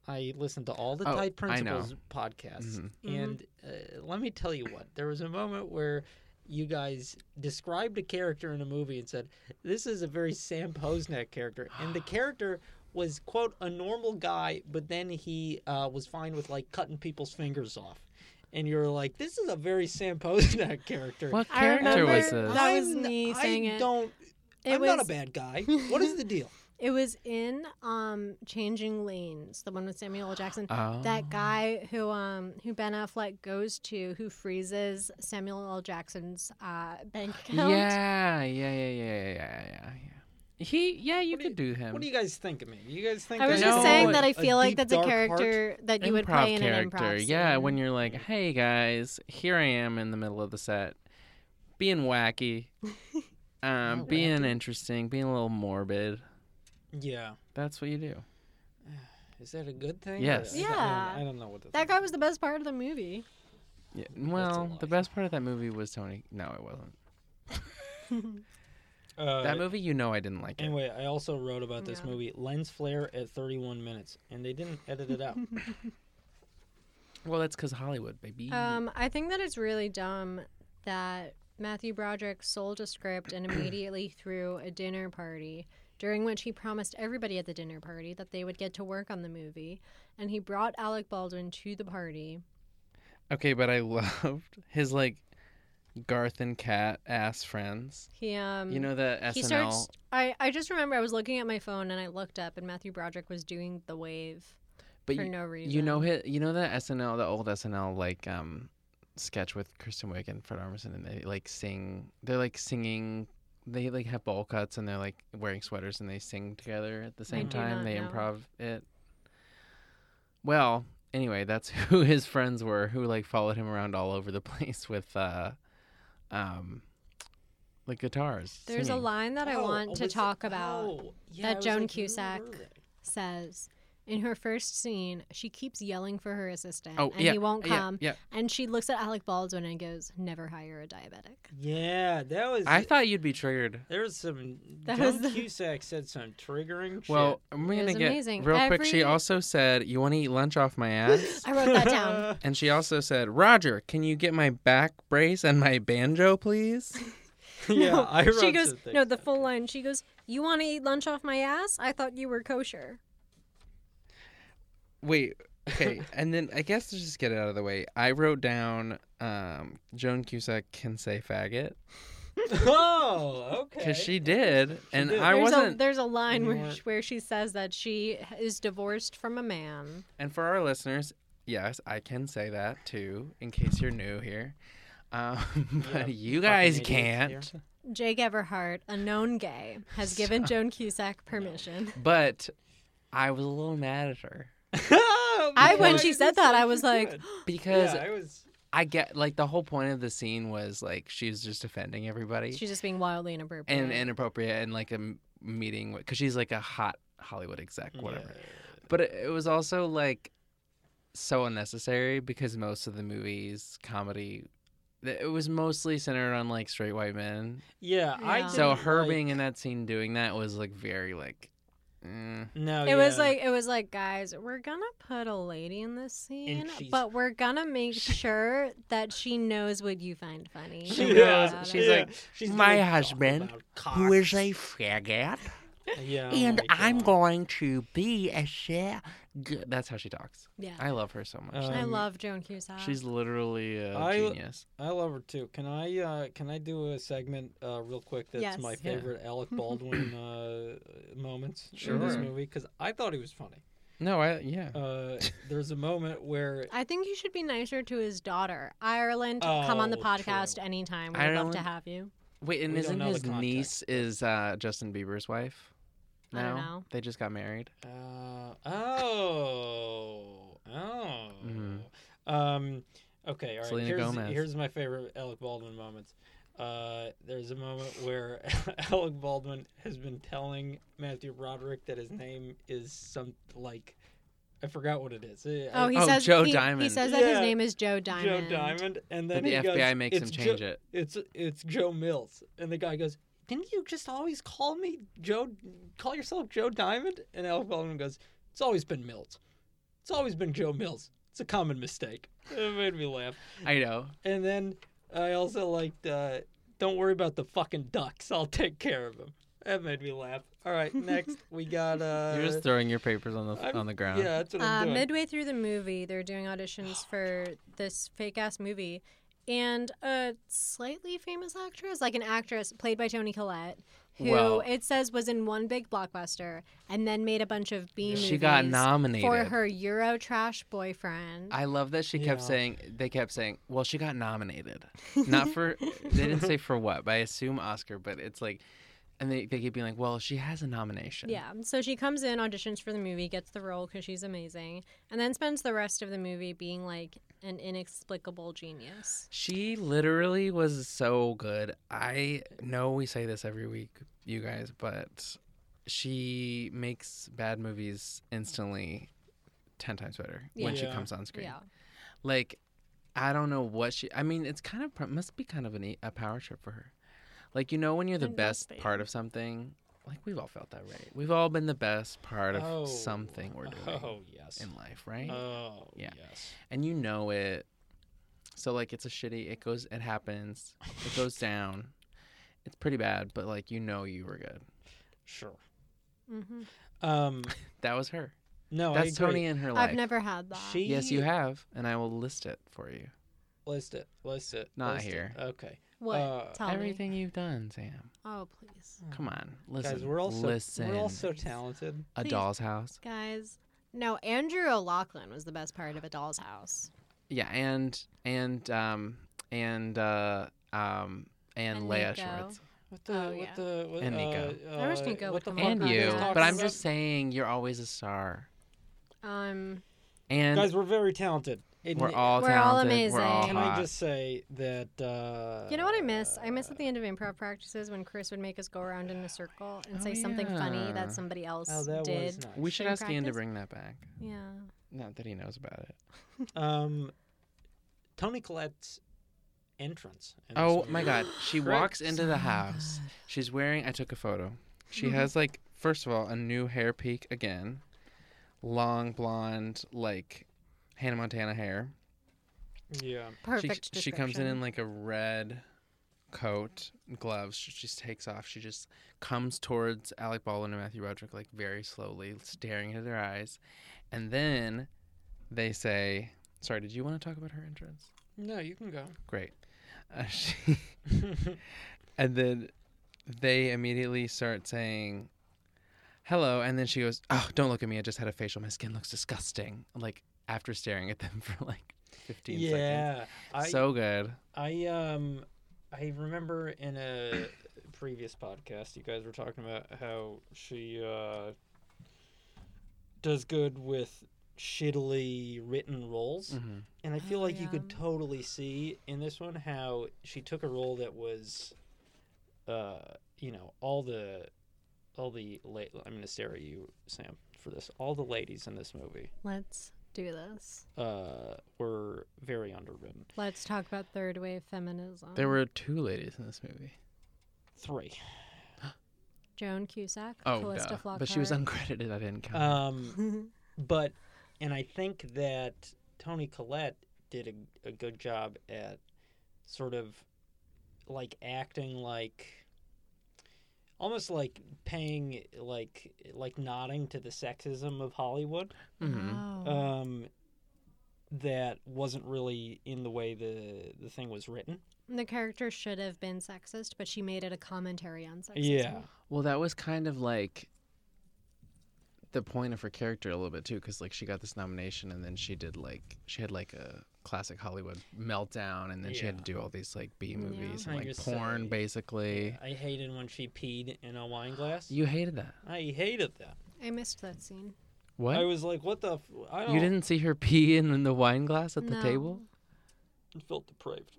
S3: I listened to all the
S2: Oh,
S3: Tight
S2: I know.
S3: Principles podcasts,
S2: Mhm.
S1: Mhm.
S3: and uh, let me tell you what. There was a moment where you guys described a character in a movie and said, "This is a very Sam Posnet character," and the character was quote a normal guy, but then he uh, was fine with like cutting people's fingers off. And you were like, "This is a very Sam Posnet character."
S2: What
S1: I
S2: character was
S1: remember-
S2: this?
S1: That was
S3: I'm-
S1: me saying
S3: I
S1: it.
S3: don't.
S1: It
S3: I'm
S1: was
S3: not a bad guy. What is the deal?
S1: it was in um Changing Lanes, the one with Samuel L. Jackson.
S2: Oh.
S1: That guy who um who Ben Affleck goes to who freezes Samuel L. Jackson's uh, bank account.
S2: Yeah, yeah, yeah, yeah, yeah, yeah, yeah, yeah. He, yeah, you
S3: What do
S2: could do him.
S3: What do you guys think of me? You guys think
S1: I was
S2: I
S1: just
S2: know
S1: saying
S2: a-
S1: that I feel like
S3: deep,
S1: that's a
S3: dark heart?
S1: character that you would
S2: improv
S1: play in an
S2: character.
S1: improv. Scene.
S2: Yeah, when you're like, hey guys, here I am in the middle of the set, being wacky, um,
S3: Oh,
S2: being
S3: wacky.
S2: interesting, being a little morbid.
S3: Yeah.
S2: That's what you do.
S3: Is that a good thing?
S2: Yes.
S3: I don't-
S1: Yeah.
S3: I don't, I don't know what the
S1: that guy was the best part of the movie.
S2: Yeah. Well, the
S3: lie.
S2: best part of that movie was Tony. No, it wasn't.
S3: Uh,
S2: that movie, you know, I didn't like it.
S3: Anyway, I also wrote about this
S1: Yeah.
S3: movie, Lens Flare at 31 minutes, and they didn't edit it out.
S2: Well, that's because Hollywood, baby.
S1: Um, I think that it's really dumb that Matthew Broderick sold a script and immediately threw a dinner party during which he promised everybody at the dinner party that they would get to work on the movie. And he brought Alec Baldwin to the party.
S2: okay, but I loved his like Garth and Cat ass friends.
S1: He um
S2: You know the SNL.
S1: he starts I, I just remember I was looking at my phone and I looked up and Matthew Broderick was doing the wave
S2: but
S1: for
S2: you,
S1: no reason.
S2: you know his, You know the SNL, the old SNL like um sketch with Kristen Wiig and Fred Armisen, and they like sing. They're like singing. They like have bowl cuts and they're like wearing sweaters and they sing together at the same
S1: do
S2: time.
S1: not
S2: They
S1: know.
S2: improv it. Well, anyway, that's who his friends were who like followed him around all over the place with uh um like guitars.
S1: There's a
S2: singing.
S1: line that I
S3: Oh,
S1: want to
S3: was it-
S1: talk about.
S3: oh, yeah,
S1: that
S3: I was
S1: Joan
S3: like, who
S1: Cusack-
S3: were they?
S1: says in her first scene, she keeps yelling for her assistant
S2: Oh,
S1: and
S2: yeah,
S1: he won't
S2: yeah,
S1: come.
S2: yeah.
S1: And she looks at Alec Baldwin and goes, Never hire a diabetic.
S3: Yeah, that was.
S2: I thought you'd be triggered.
S3: there was some.
S1: That
S3: Joan
S1: was the-
S3: Cusack said some triggering
S2: Well, I'm
S1: It
S2: gonna
S1: was
S2: get
S1: amazing.
S2: real quick. She
S1: Every-
S2: also said, "You want to eat lunch off my ass?"
S1: I
S3: shit.
S1: wrote that down.
S2: and she also said, "Roger, can you get my back brace and my banjo, please?"
S3: yeah,
S1: No,
S3: I wrote
S1: she goes,
S3: some things
S1: No, the
S3: down.
S1: full line. She goes, You want to eat lunch off my ass? I thought you were kosher.
S2: Wait. Okay. and then I guess let's just get it out of the way. I wrote down um, Joan Cusack can say faggot
S3: oh, okay.
S2: because she did, and
S3: did.
S2: I
S1: there's A,
S2: wasn't.
S1: there's a line
S3: You
S1: where,
S3: weren't-
S1: where she says that she is divorced from a man.
S2: And for our listeners, yes, I can say that too, in case you're new here. Um,
S3: Yeah,
S2: but you
S3: fucking
S2: guys
S3: idiots here.
S2: can't.
S1: Jake Everhart, a known gay, has given Joan Cusack permission.
S2: But I was a little mad at her
S1: I
S2: when
S1: she said that, I was like,
S2: because
S3: I was.
S2: I get like the whole point of the scene was like she was just offending everybody
S1: She's just being wildly inappropriate.
S2: and inappropriate and like a m- meeting because she's like a hot Hollywood exec, whatever. But it, it was also like so unnecessary because most of the movies comedy th- it was mostly centered on like straight white men.
S3: Yeah, I.
S1: Yeah.
S2: So
S3: didn't
S2: her
S3: like-
S2: being in that scene doing that was like very like. mm.
S3: No,
S1: it was
S3: yeah.
S1: like it was like guys we're gonna put a lady in this scene
S3: she's-
S1: but we're gonna make sure that she knows what you find funny
S2: She
S1: Don't worry
S2: knows.
S1: about
S2: She's
S1: it.
S2: like,
S3: she's
S2: "My
S3: gonna talk
S2: husband,
S3: about
S2: Who is
S3: cocks."
S2: a faggot?
S3: Yeah, oh
S2: and
S3: my
S2: I'm
S3: God.
S2: going to be a shit. That's how she talks.
S1: yeah
S2: I love her so much.
S3: Um,
S1: i love joan cusack
S2: She's literally a
S3: I-
S2: genius.
S3: I love her too. Can I uh, can I do a segment uh, real quick? That's
S1: Yes.
S3: my
S1: Yeah.
S3: favorite Alec Baldwin uh, moments in this
S2: Sure.
S3: movie because I thought he was funny.
S2: No, I yeah.
S3: Uh, there's a moment where
S1: i think you should be nicer to his daughter ireland come on the
S3: Oh,
S1: podcast
S3: true.
S1: anytime we'd love
S2: Ireland?
S1: to have you
S2: Wait, and
S3: we don't
S2: isn't
S3: know the
S2: his
S3: context.
S2: niece is uh, Justin Bieber's wife? No,
S1: I don't know.
S2: they just got married.
S3: Uh, oh, oh.
S2: Mhm.
S3: Um, okay, all right.
S2: Selena
S3: here's,
S2: Gomez.
S3: here's my favorite Alec Baldwin moments. Uh, there's a moment where Alec Baldwin has been telling Matthew Broderick that his name is some like I forgot what it is. Eh, I-
S1: oh he
S2: Oh,
S1: says
S2: Joe
S1: he, he
S2: Diamond.
S1: says that his
S3: Yeah.
S1: name is joe
S3: Joe
S1: diamond
S3: Diamond, and then
S2: And the
S3: he goes,
S2: FBI makes him
S3: "It's
S2: change
S3: Jo-
S2: it.
S3: It's it's Joe Mills, and the guy goes, "Didn't you just always call me Joe? Call yourself Joe Diamond?" And Alec Baldwin goes, "It's always been Mills. It's always been Joe Mills. It's a common mistake." It made me laugh.
S2: I know.
S3: And then I also liked, uh, "Don't worry about the fucking ducks. I'll take care of them." That made me laugh. All right, next we got. Uh,
S2: You're just throwing your papers on the
S3: I'm-
S2: on the ground.
S3: Yeah, that's what I'm
S1: Uh,
S3: doing.
S1: midway through the movie, they're doing auditions for this fake ass movie, and a slightly famous actress, like an actress played by Toni Collette, who
S2: Well-
S1: it says was in one big blockbuster and then made a bunch of B movies.
S2: She got nominated.
S1: for her Euro trash boyfriend.
S2: I love that she kept
S3: Yeah.
S2: saying they kept saying, "Well, she got nominated." Not for they didn't say for what, but I assume Oscar, but it's like and they, they keep being like, "Well, she has a nomination."
S1: yeah, so she comes in, auditions for the movie, gets the role because she's amazing, and then spends the rest of the movie being like an inexplicable genius.
S2: She literally was so good. I know we say this every week, you guys, but she makes bad movies instantly 10 times better when she
S3: Yeah.
S2: comes on screen.
S1: Yeah,
S2: Like, I don't know what she, I mean, it's kind of, pro- must be kind of an, e- a power trip for her. Like, you know, when you're the
S1: It must
S2: best
S1: be.
S2: part of something, like, we've all felt that, right? We've all been the best part of
S3: Oh,
S2: something we're doing
S3: Oh yes.
S2: in life, right?
S3: Oh
S2: Yeah.
S3: yes.
S2: and you know it. So like it's a shitty. It goes. It happens. It goes down. It's pretty bad, but like you know you were good.
S3: Sure.
S1: hmm
S3: Um,
S2: That was her.
S3: no,
S2: That's
S3: Oh, I agree.
S2: Tony in her life.
S1: I've never had that.
S3: She
S2: Yes, you have, and I will list it for you.
S3: List it. List it.
S2: Not
S3: list it.
S2: here.
S3: Okay.
S1: what?
S3: uh,
S1: Tell me.
S2: Everything you've done, Sam.
S1: Oh, please.
S2: Come on, listen.
S3: Guys, we're all so
S2: listen.
S3: we're all so talented.
S2: a
S1: Please.
S2: doll's house.
S1: Guys, no, Andrew O'Loughlin was the best part of A Doll's House.
S2: Yeah, and and um and uh um and,
S1: And
S2: Leia
S1: Nico.
S2: Schwartz
S3: What the
S1: Oh,
S3: what
S1: yeah.
S3: the what,
S2: And Nico.
S3: Uh,
S1: I wish
S3: uh,
S1: Nico
S3: what
S1: would
S3: the
S1: come
S3: fuck
S1: on
S2: and
S3: are
S1: the
S3: we
S2: you.
S1: podcast.
S2: But I'm
S3: talking
S2: just saying, you're always a star.
S1: Um,
S2: And
S3: about? Guys, we're very talented. And
S2: we're all
S1: We're all
S2: talented. We're all
S1: amazing.
S3: Can
S2: hot.
S3: I just say that? Uh,
S1: you know what I miss? I miss at the end of improv practices when Chris would make us go around in a circle and
S2: Oh,
S1: say something funny
S2: yeah.
S1: that somebody else
S3: Oh, that
S1: did.
S3: was nice.
S2: We should
S1: during
S2: ask Ian to
S1: practice?
S2: bring that back.
S1: Yeah.
S2: Not that he knows about it.
S3: um, Tony Collette's entrance. in this
S2: Oh
S3: movie.
S2: my god. She
S3: Correct.
S2: walks into the house. She's wearing I took a photo. She has like first of all a new hair peak again. Long blonde like Hannah Montana hair.
S3: Yeah.
S2: She
S1: Perfect.
S2: she comes in
S1: description.
S2: in like a red coat, gloves. She just takes off. She just comes towards Alec Baldwin and Matthew Roderick like very slowly, staring into their eyes. And then they say, sorry, did you want to talk about her entrance?
S3: No, you can go.
S2: Great. Uh, she, and then they immediately start saying, hello. And then she goes, oh, don't look at me. I just had a facial. My skin looks disgusting. Like after staring at them for like 15 seconds.
S3: yeah, I
S2: so good.
S3: I um I remember in a previous podcast you guys were talking about how she uh does good with shittily written roles.
S2: hmm
S3: And I feel
S1: Oh,
S3: like you
S1: yeah.
S3: could totally see in this one how she took a role that was, uh, you know, all the, all the. La- I'm gonna stare at you, Sam, for this. All the ladies in this movie
S1: Let's do this.
S3: uh, were very underwritten.
S1: Let's talk about third wave feminism.
S2: There were two ladies in this movie.
S3: Three.
S1: Joan Cusack,
S2: Oh,
S1: Callista
S2: duh.
S1: Flockhart. Oh.
S2: but she was uncredited. I didn't count.
S3: Um, but, and I think that Tony Collette did a, a good job at sort of like acting like almost like paying like like nodding to the sexism of Hollywood
S2: Mhm.
S1: Wow.
S3: um that wasn't really in the way the the thing was written
S1: the character should have been sexist, but she made it a commentary on sexism.
S3: yeah
S2: Well, that was kind of like the point of her character a little bit too, because like she got this nomination and then she did like she had like a classic Hollywood meltdown, and then she had to do all these like B movies
S3: I
S2: and like
S3: just
S2: porn
S3: say-
S2: basically.
S3: I hated when she peed in a wine glass
S2: You hated that.
S3: I hated that
S1: I missed that scene.
S2: What?
S3: I was like what the f- I don't
S2: you didn't see her pee in, in the wine glass at the
S1: No.
S2: table?
S3: felt depraved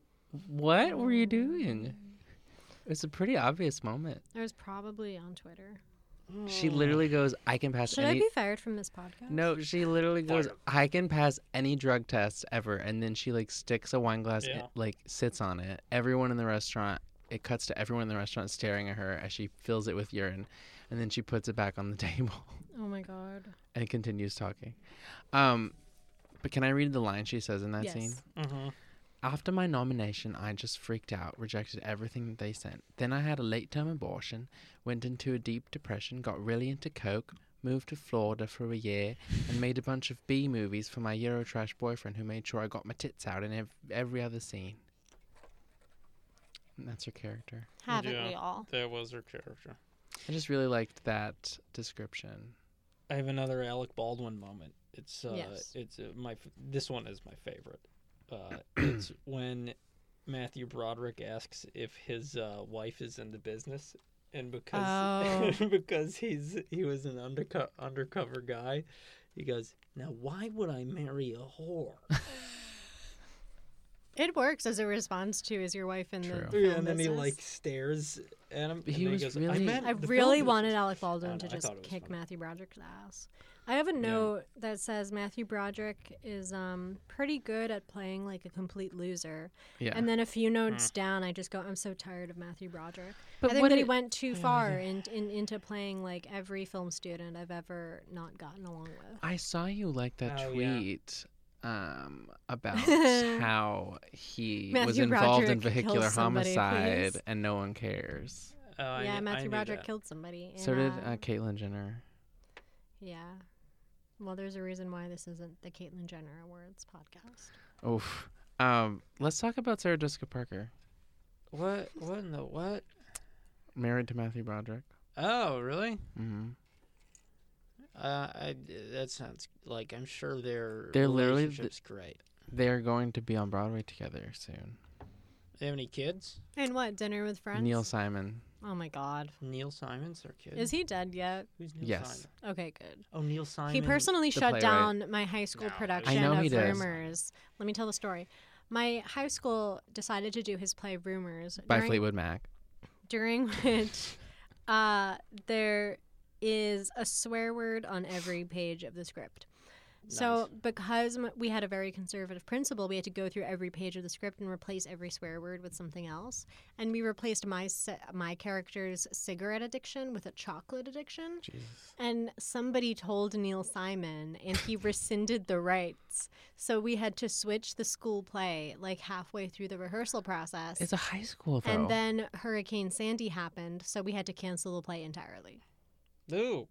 S2: What were you
S3: Mm.
S2: doing? It's a pretty obvious moment.
S1: I was probably on Twitter.
S2: She
S3: Mm.
S2: literally goes, "I can pass
S1: Should
S2: any."
S1: I be fired from this podcast?
S2: No, she literally goes,
S3: Fire.
S2: I can pass any drug test ever. And then she like sticks a wine glass, in-
S3: Yeah.
S2: like sits on it. Everyone in the restaurant, it cuts to everyone in the restaurant staring at her as she fills it with urine. And then she puts it back on the table
S1: Oh my god.
S2: and continues talking. Um, but can I read the line she says in that
S1: yes.
S2: scene?
S3: Mhm.
S2: After my nomination, I just freaked out, rejected everything that they sent. Then I had a late term abortion, went into a deep depression, got really into coke, moved to Florida for a year, and made a bunch of B movies for my Eurotrash boyfriend who made sure I got my tits out in ev- every other scene. And that's her character.
S4: Haven't
S3: Yeah.
S4: we all?
S3: that was her character
S2: I just really liked that description.
S3: I have another Alec Baldwin moment. It's uh,
S1: Yes.
S3: it's uh, my f- this one is my favorite. Uh, it's when Matthew Broderick asks if his uh, wife is in the business, and because
S1: Oh.
S3: because he's he was an underco- undercover guy, he goes, "Now why would I marry a whore?"
S1: It works as a response to is your wife in the
S2: True.
S1: film
S3: and then he
S1: business?"
S3: like stares at him.
S2: He
S3: and then
S2: was
S3: goes, I,
S2: really-
S3: meant
S1: I
S3: the film
S1: really
S3: business."
S1: wanted Alec Baldwin
S3: don't
S1: to
S3: know, I
S1: just
S3: thought it was
S1: kick
S3: funny.
S1: Matthew Broderick's ass. I have a note that says Matthew Broderick is um, pretty good at playing like a complete loser.
S2: Yeah.
S1: And then a few notes
S3: Hmm.
S1: down, I just go, I'm so tired of Matthew Broderick.
S2: But
S1: I think
S2: what
S1: that he
S2: it-
S1: went too far in, in, into playing like every film student I've ever not gotten along with.
S2: I saw you like that
S3: Oh, yeah.
S2: tweet um, about how he was
S1: Matthew
S2: involved in
S1: Broderick killed
S2: vehicular
S1: somebody,
S2: homicide
S1: please.
S2: and no one cares.
S3: Oh, I
S1: yeah,
S3: kn- I
S1: Matthew
S3: knew
S1: Broderick
S3: that.
S1: killed somebody.
S2: So
S1: in,
S2: did
S1: uh,
S2: uh, Caitlyn Jenner.
S1: Yeah. Well, there's a reason why this isn't the Caitlyn Jenner Awards podcast.
S2: Oof. Um, let's talk about Sarah Jessica Parker,
S3: What? What in the what?
S2: married to Matthew Broderick.
S3: Oh, really?
S2: hmm
S3: Uh, I, that sounds like I'm sure their
S2: They're literally the-
S3: relationship's great.
S2: They are going to be on Broadway together soon.
S3: They have any kids?
S1: And what? Dinner with friends?
S2: Neil Simon.
S1: Oh my God.
S3: Neil Simon's their kid.
S1: Is he dead yet?
S3: Who's Neil
S2: Yes.
S3: Simon?
S1: Okay, good.
S3: Oh, Neil Simon.
S1: he personally
S2: The
S1: shut
S2: playwright.
S1: down my high school
S3: No,
S1: production
S2: know
S1: of
S2: he does.
S1: Rumors. Let me tell the story. My high school decided to do his play Rumors
S2: By
S1: during,
S2: Fleetwood Mac.
S1: during which uh, there is a swear word on every page of the script. So, because m- we had a very conservative principal, we had to go through every page of the script and replace every swear word with something else. And we replaced my se- my character's cigarette addiction with a chocolate addiction.
S2: Jesus.
S1: And somebody told Neil Simon, and he rescinded the rights. So we had to switch the school play like halfway through the rehearsal process.
S2: It's a high school though.
S1: and then Hurricane Sandy happened, so we had to cancel the play entirely.
S3: Ooh,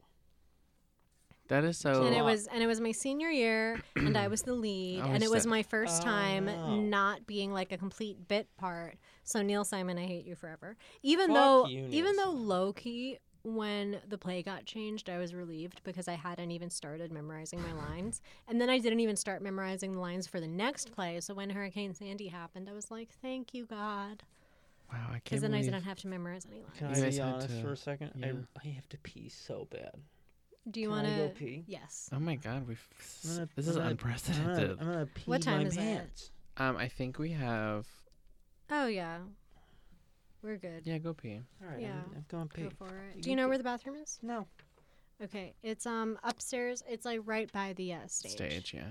S2: That is so.
S1: and
S3: a
S1: it
S3: lot.
S1: was and it was my senior year, and I was the lead,
S2: Oh,
S1: and
S2: is
S1: it was
S2: that-
S1: my first
S3: Oh,
S1: time
S3: no.
S1: not being like a complete bit part. So Neil Simon, I hate you forever. Even
S3: Fuck
S1: though
S3: you, Neil
S1: even though
S3: Simon.
S1: low key, when the play got changed, I was relieved because I hadn't even started memorizing my lines, and then I didn't even start memorizing the lines for the next play. So when Hurricane Sandy happened, I was like, "Thank you, God,"
S2: Wow, I can't.
S1: because then I
S2: believe...
S1: didn't have to memorize any lines.
S3: Can
S2: You
S3: I
S2: guys
S3: be
S2: had
S3: honest
S2: to-
S3: for a second?
S2: yeah.
S3: I, I have to pee so bad.
S1: Do you
S3: Can
S1: want
S3: I go
S1: to?
S3: pee?
S1: Yes.
S2: Oh my god, we've.
S3: I'm gonna-
S2: this
S3: I'm
S2: is
S3: gonna- I'm I'm
S2: unprecedented.
S3: gonna, I'm gonna pee
S1: What time
S3: my
S1: is it?
S3: pants.
S2: Um, I think we have.
S1: Oh yeah, we're good.
S2: Yeah, go pee.
S3: All right,
S1: Yeah.
S3: I'm, I'm going pee.
S1: Go for it.
S3: You
S1: Do you
S3: go
S1: know
S3: pee.
S1: where the bathroom is?
S3: No.
S1: Okay, it's um upstairs. It's like right by the uh, stage,
S2: Stage, yeah.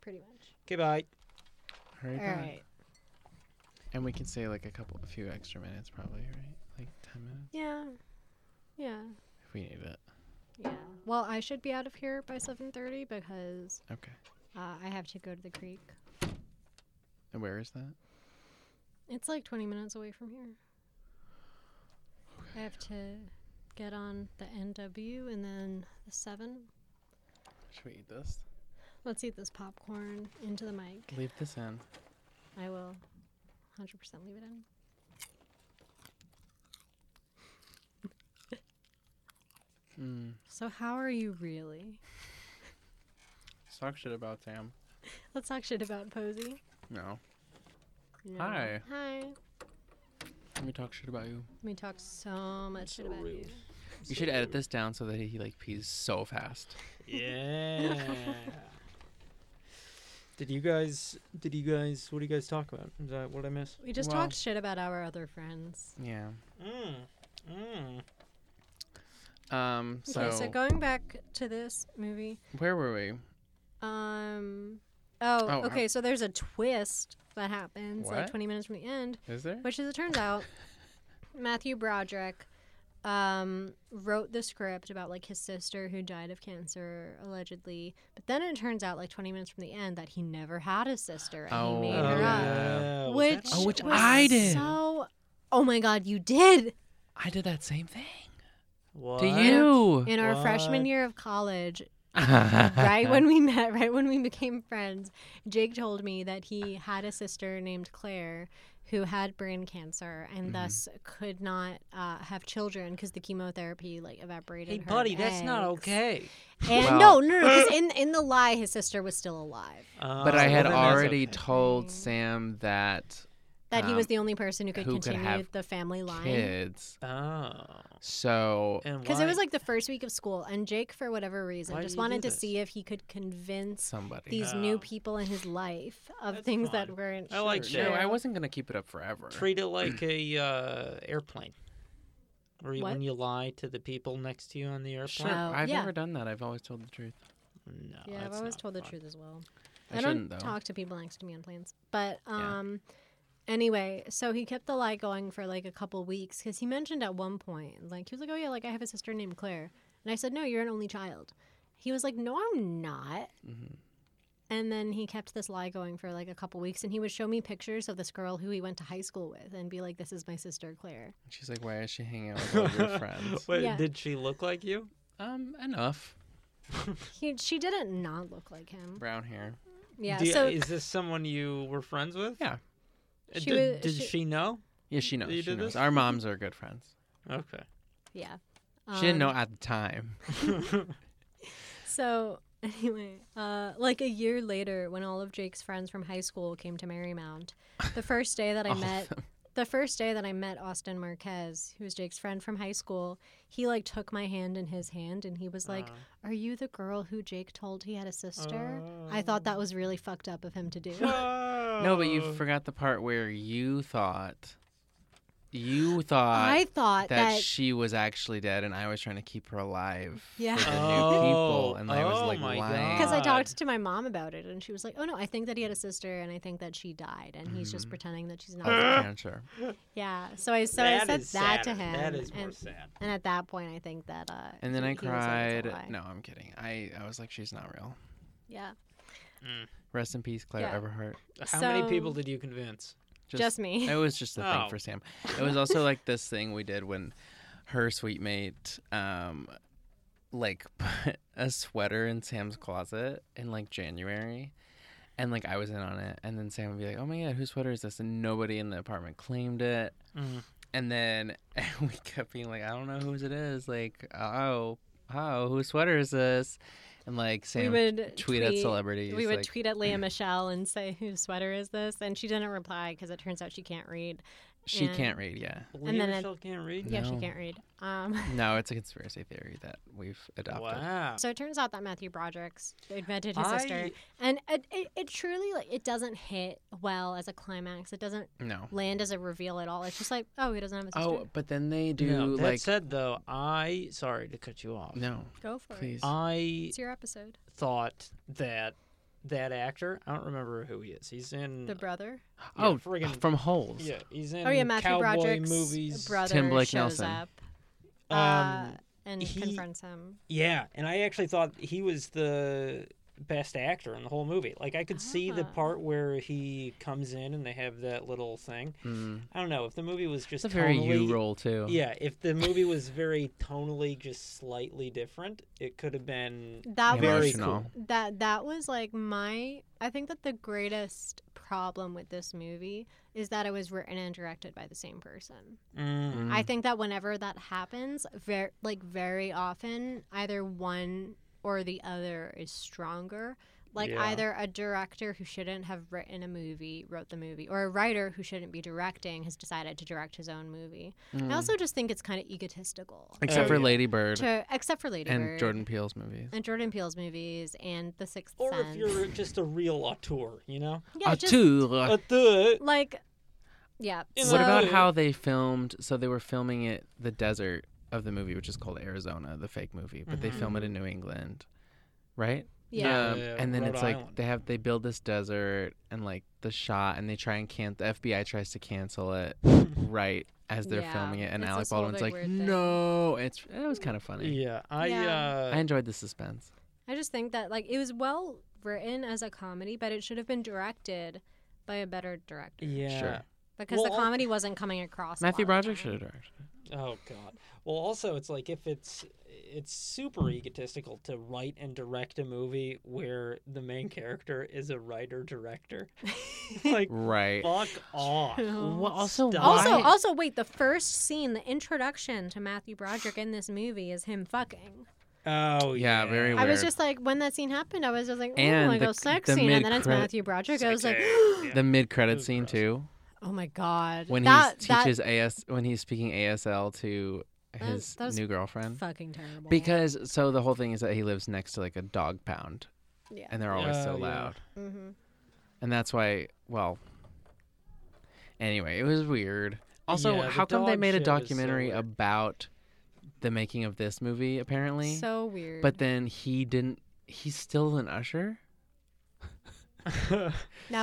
S1: pretty much.
S3: Okay, bye.
S2: Hurry
S1: All
S2: back.
S1: right.
S2: And we can say like a couple, a few extra minutes probably, right? Like ten minutes
S1: Yeah. Yeah.
S2: if we need it.
S1: Yeah. Well, I should be out of here by 7:30 because
S2: Okay.
S1: uh, I have to go to the creek.
S2: And where is that?
S1: It's like 20 minutes away from here. I have to get on the NW and then the 7.
S2: Should we eat this?
S1: Let's eat this popcorn into the mic.
S2: Leave this in.
S1: I will 100% leave it in.
S2: Mm.
S1: So how are you really?
S2: Let's Talk shit about Sam.
S1: Let's talk shit about Posey.
S2: No.
S1: No.
S2: Hi.
S1: Hi.
S2: Let me talk shit about you.
S1: We talked so much shit about you.
S2: You should edit this down so that he like pees so fast.
S3: Yeah. did you guys? Did you guys? What do you guys talk about? Is that what I missed?
S1: We just
S2: Well-
S1: talked shit about our other friends.
S2: Yeah.
S3: Mm.
S2: Hmm.
S3: Mm.
S2: Um. So,
S1: okay, so going back to this movie,
S2: where were we?
S1: um, oh,
S2: Oh,
S1: okay, so there's a twist that happens like
S2: What?
S1: 20 minutes from the end,
S2: Is there?
S1: which as it turns out, Matthew Broderick um, wrote the script about like his sister who died of cancer allegedly, but then it turns out like 20 minutes from the end that he never had a sister and
S2: Oh,
S1: he made
S2: Oh,
S1: her up.
S2: yeah.
S3: was that
S1: which
S2: Oh,
S3: on-
S2: which
S1: was
S2: I did.
S1: So, oh my God, you did
S2: I did that same thing.
S3: What?
S2: To you.
S1: in our freshman
S3: What?
S1: year of college.
S2: right
S1: Right when we met, right when we became friends, Jake told me that he had a sister named Claire who had brain cancer and
S2: Mhm.
S1: thus could not uh, have children because the chemotherapy like evaporated.
S3: Hey,
S1: her
S3: buddy, that's not
S1: eggs.
S3: okay.
S1: And
S2: Well-
S1: no, no, no, because in in the lie, his sister was still alive.
S2: But I had
S3: Uh, well, then that's
S2: already
S1: Oh.
S3: okay.
S2: told
S1: Right.
S2: Sam that
S1: That he was
S2: Um,
S1: the only person who could
S2: who could
S1: continue
S2: have
S1: the family line.
S2: kids.
S3: Oh.
S2: So
S3: And
S1: Because it was
S3: why-
S1: like the first week of school, and Jake, for whatever reason,
S3: Why do
S1: just
S3: you do
S1: wanted to
S3: this?
S1: see if he could convince
S2: somebody.
S1: these new
S3: Oh.
S1: people in his life of
S3: That's
S1: things that
S3: fine.
S1: weren't.
S3: I like
S1: true.
S2: no, I
S3: Yeah.
S2: wasn't gonna keep it up forever.
S3: treat it like a uh, airplane. Or you-
S1: What?
S3: when you lie to the people next to you on the
S2: Sure,
S3: airplane.
S1: Wow,
S2: I've
S1: yeah.
S2: never done that. I've always told the truth.
S3: No.
S1: Yeah, I've
S3: that's
S1: always
S3: not
S1: told the
S3: fun.
S1: truth as well.
S2: I,
S1: I, don't
S2: shouldn't though.
S1: talk to people next to me on planes. But
S2: Yeah.
S1: um anyway, so he kept the lie going for like a couple weeks cuz he mentioned at one point like he was like, "Oh yeah, like I have a sister named Claire." And I said, "No, you're an only child." He was like, "No, I'm not."
S2: Mhm.
S1: And then he kept this lie going for like a couple weeks and he would show me pictures of this girl who he went to high school with and be like, "This is my sister Claire."
S2: She's like, why is she hanging out with all your friends?
S3: Wait,
S1: Yeah.
S3: did she look like you?
S2: Um, enough.
S1: He she didn't not look like him.
S2: Brown hair.
S1: Yeah.
S3: Do you-
S1: so
S3: is this someone you were friends with?
S2: Yeah.
S3: Uh,
S1: She
S3: did,
S1: was-
S3: did
S1: she-
S3: she, know?
S2: Yeah, she knows.
S3: You
S2: She
S3: did
S2: knows.
S3: this?
S2: Our moms are good friends.
S3: Okay.
S1: yeah.
S2: she didn't
S1: Um,
S2: know at the time.
S1: So anyway, uh, like a year later, when all of Jake's friends from high school came to Marymount, the first day that I
S2: All of
S1: met, the first day that I met Austin Marquez, who was Jake's friend from high school, he like took my hand in his hand and he was like,
S3: Uh,
S1: "Are you the girl who Jake told he had a sister?"
S3: Oh.
S1: I thought that was really fucked up of him to do.
S2: No, but
S3: Oh.
S2: you forgot the part where you thought, you thought
S1: I thought
S2: that,
S1: that.
S2: she was actually dead, and I was trying to keep her alive.
S1: Yeah.
S2: For the new people,
S3: Oh,
S2: and I was
S3: oh
S2: like
S3: my
S2: lying.
S1: because I
S3: God.
S1: talked to my mom about it, and she was like, "Oh no, I think that he had a sister, and I think that she died, and he's just
S2: Mhm.
S1: pretending that she's
S2: of
S1: not." dead."
S2: cancer.
S1: yeah. So I so I said that to him.
S3: That is more
S1: and-
S3: sad.
S1: And at that point, I think that. Uh,
S2: And then
S1: he-
S2: I
S1: he was like, "It's a
S2: cried.
S1: lie."
S2: No, I'm kidding. I, I was like, she's not real.
S1: Yeah.
S2: Rest in peace, Claire
S1: Yeah.
S2: Everhart.
S3: How many people
S1: So-
S3: did you convince?
S1: Just, me.
S2: It was just a thing
S3: Oh.
S2: for Sam. It was also like this thing we did when her sweet mate um, like put a sweater in Sam's closet in like January. And like I was in on it, and then Sam would be like, "Oh my god, whose sweater is this?" And nobody in the apartment claimed it. And then we kept being like, "I don't know whose it is." Like, oh, oh, whose sweater is this? And like Sam
S1: would
S2: tweet, at
S1: tweet-
S2: celebrities.
S1: We would
S2: like,
S1: tweet at Leah Michelle and say, whose sweater is this? And she didn't reply because it turns out she can't read.
S2: She
S1: and-
S2: can't read. Yeah.
S3: And
S1: then
S3: then
S1: it-
S3: Michelle can't read.
S1: Yeah, she
S2: No.
S1: can't read. Um,
S2: No, it's a conspiracy theory that we've adopted. Uh,
S3: Wow.
S1: so it turns out that Matthew Broderick's invented his sister.
S3: I-
S1: And it, it, it truly, like, it doesn't hit well as a climax. It doesn't
S2: No.
S1: land as a reveal at all. It's just like, oh, he doesn't have a sister.
S2: Oh, but then they do
S3: No, that
S2: like
S3: said though, I sorry to cut you off.
S2: no,
S1: Go for
S2: please.
S1: it.
S3: I
S1: It's your episode.
S3: thought that that actor, I don't remember who he is. He's
S2: Mm.
S3: in
S1: The brother.
S3: yeah,
S2: oh,
S3: friggin'
S2: from holes.
S3: yeah, he's in
S1: Oh, yeah, Matthew
S3: cowboy
S1: Broderick's
S3: movies.
S1: brother
S2: Tim Blake
S1: shows
S2: Nelson.
S1: up
S3: Um,
S1: uh, and
S3: he-
S1: confronts him.
S3: Yeah, and I actually thought he was the best actor in the whole movie. Like I could see the
S1: Ah.
S3: part where he comes in and they have that little thing.
S2: Mm.
S3: I don't know if the movie was just
S2: It's a very
S3: tonally-
S2: you roll too.
S3: Yeah, if the movie was very tonally just slightly different, it could have been
S1: That
S3: very
S1: was
S2: Emotional.
S1: that that was like my I think that the greatest problem with this movie is that it was written and directed by the same person.
S3: cool. Mm.
S2: Mm.
S1: I think that whenever that happens, very like very often either one or the other is stronger. Like
S3: Yeah.
S1: either a director who shouldn't have written a movie wrote the movie or a writer who shouldn't be directing has decided to direct his own movie.
S2: Mm.
S1: I also just think it's kind of egotistical.
S2: Except
S3: Oh,
S2: for
S3: yeah.
S2: Lady Bird
S1: to, except for Lady
S2: and
S1: Bird. Uh,
S2: Jordan Peele's movies.
S1: and Jordan Peele's movies and The Sixth
S3: Or
S1: Sense.
S3: if you're just a real auteur, you know?
S1: yeah,
S2: Ah,
S1: just,
S2: too.
S3: Auteur.
S1: like yeah.
S3: What
S1: so-
S2: What about
S3: So-
S2: how they filmed? So they were filming it the desert of the movie, which is called Arizona, the fake movie, but they
S3: Mhm.
S2: film it
S1: Mm-hmm.
S2: in New England, right?
S1: yeah.
S2: Um,
S3: Yeah,
S2: and then
S3: Rhode
S2: it's like
S3: Island.
S2: they have they build this desert and like the shot, and they try and can the FBI tries to cancel it right as they're
S1: Yeah,
S2: filming it, and
S1: it's
S2: Alec
S1: this whole
S2: Baldwin's
S1: big
S2: like,
S1: weird thing.
S2: no, it's it was kind of funny.
S3: Yeah, I
S1: Yeah.
S3: uh
S2: I enjoyed the suspense.
S1: I just think that like it was well written as a comedy, but it should have been directed by a better director
S3: yeah.
S1: because the
S3: Well,
S1: comedy wasn't coming across. a
S2: Matthew
S1: lot of the
S2: Broderick should have
S1: time.
S2: directed.
S3: Oh god. Well, also it's like if it's it's super egotistical to write and direct a movie where the main character is a writer director. like
S2: Right.
S3: fuck off.
S2: Well, also,
S3: Stop.
S1: Also,
S2: why-
S1: also, wait. The first scene, the introduction to Matthew Broderick in this movie is him fucking.
S3: Oh
S2: Yeah, very
S1: I was
S2: Weird.
S1: just like, when that scene happened, I was just like, oh,
S2: And
S1: I
S2: the-
S1: go
S2: the
S1: sex scene, and then it's
S2: mid-credit-
S1: Matthew Broderick. I was like,
S2: the
S3: It
S2: mid-credit
S3: was
S2: scene
S3: gross.
S2: too,
S1: oh my god,
S2: when
S1: that
S2: he
S1: that
S2: teaches AS, when he's speaking ASL to
S1: That-
S2: his
S1: that was
S2: new girlfriend.
S1: fucking terrible.
S2: Because so the whole thing is that he lives next to like a dog pound,
S1: Yeah.
S2: and they're always so
S3: Oh, yeah.
S2: loud,
S1: hmm
S2: and that's why. Well, anyway, it was weird. Also,
S3: Yeah, the
S2: how come they
S3: dog
S2: made a
S3: shit is so
S2: documentary
S3: weird.
S2: about the making of this movie? Apparently,
S1: So weird.
S2: but then he didn't. He's still an usher,
S1: that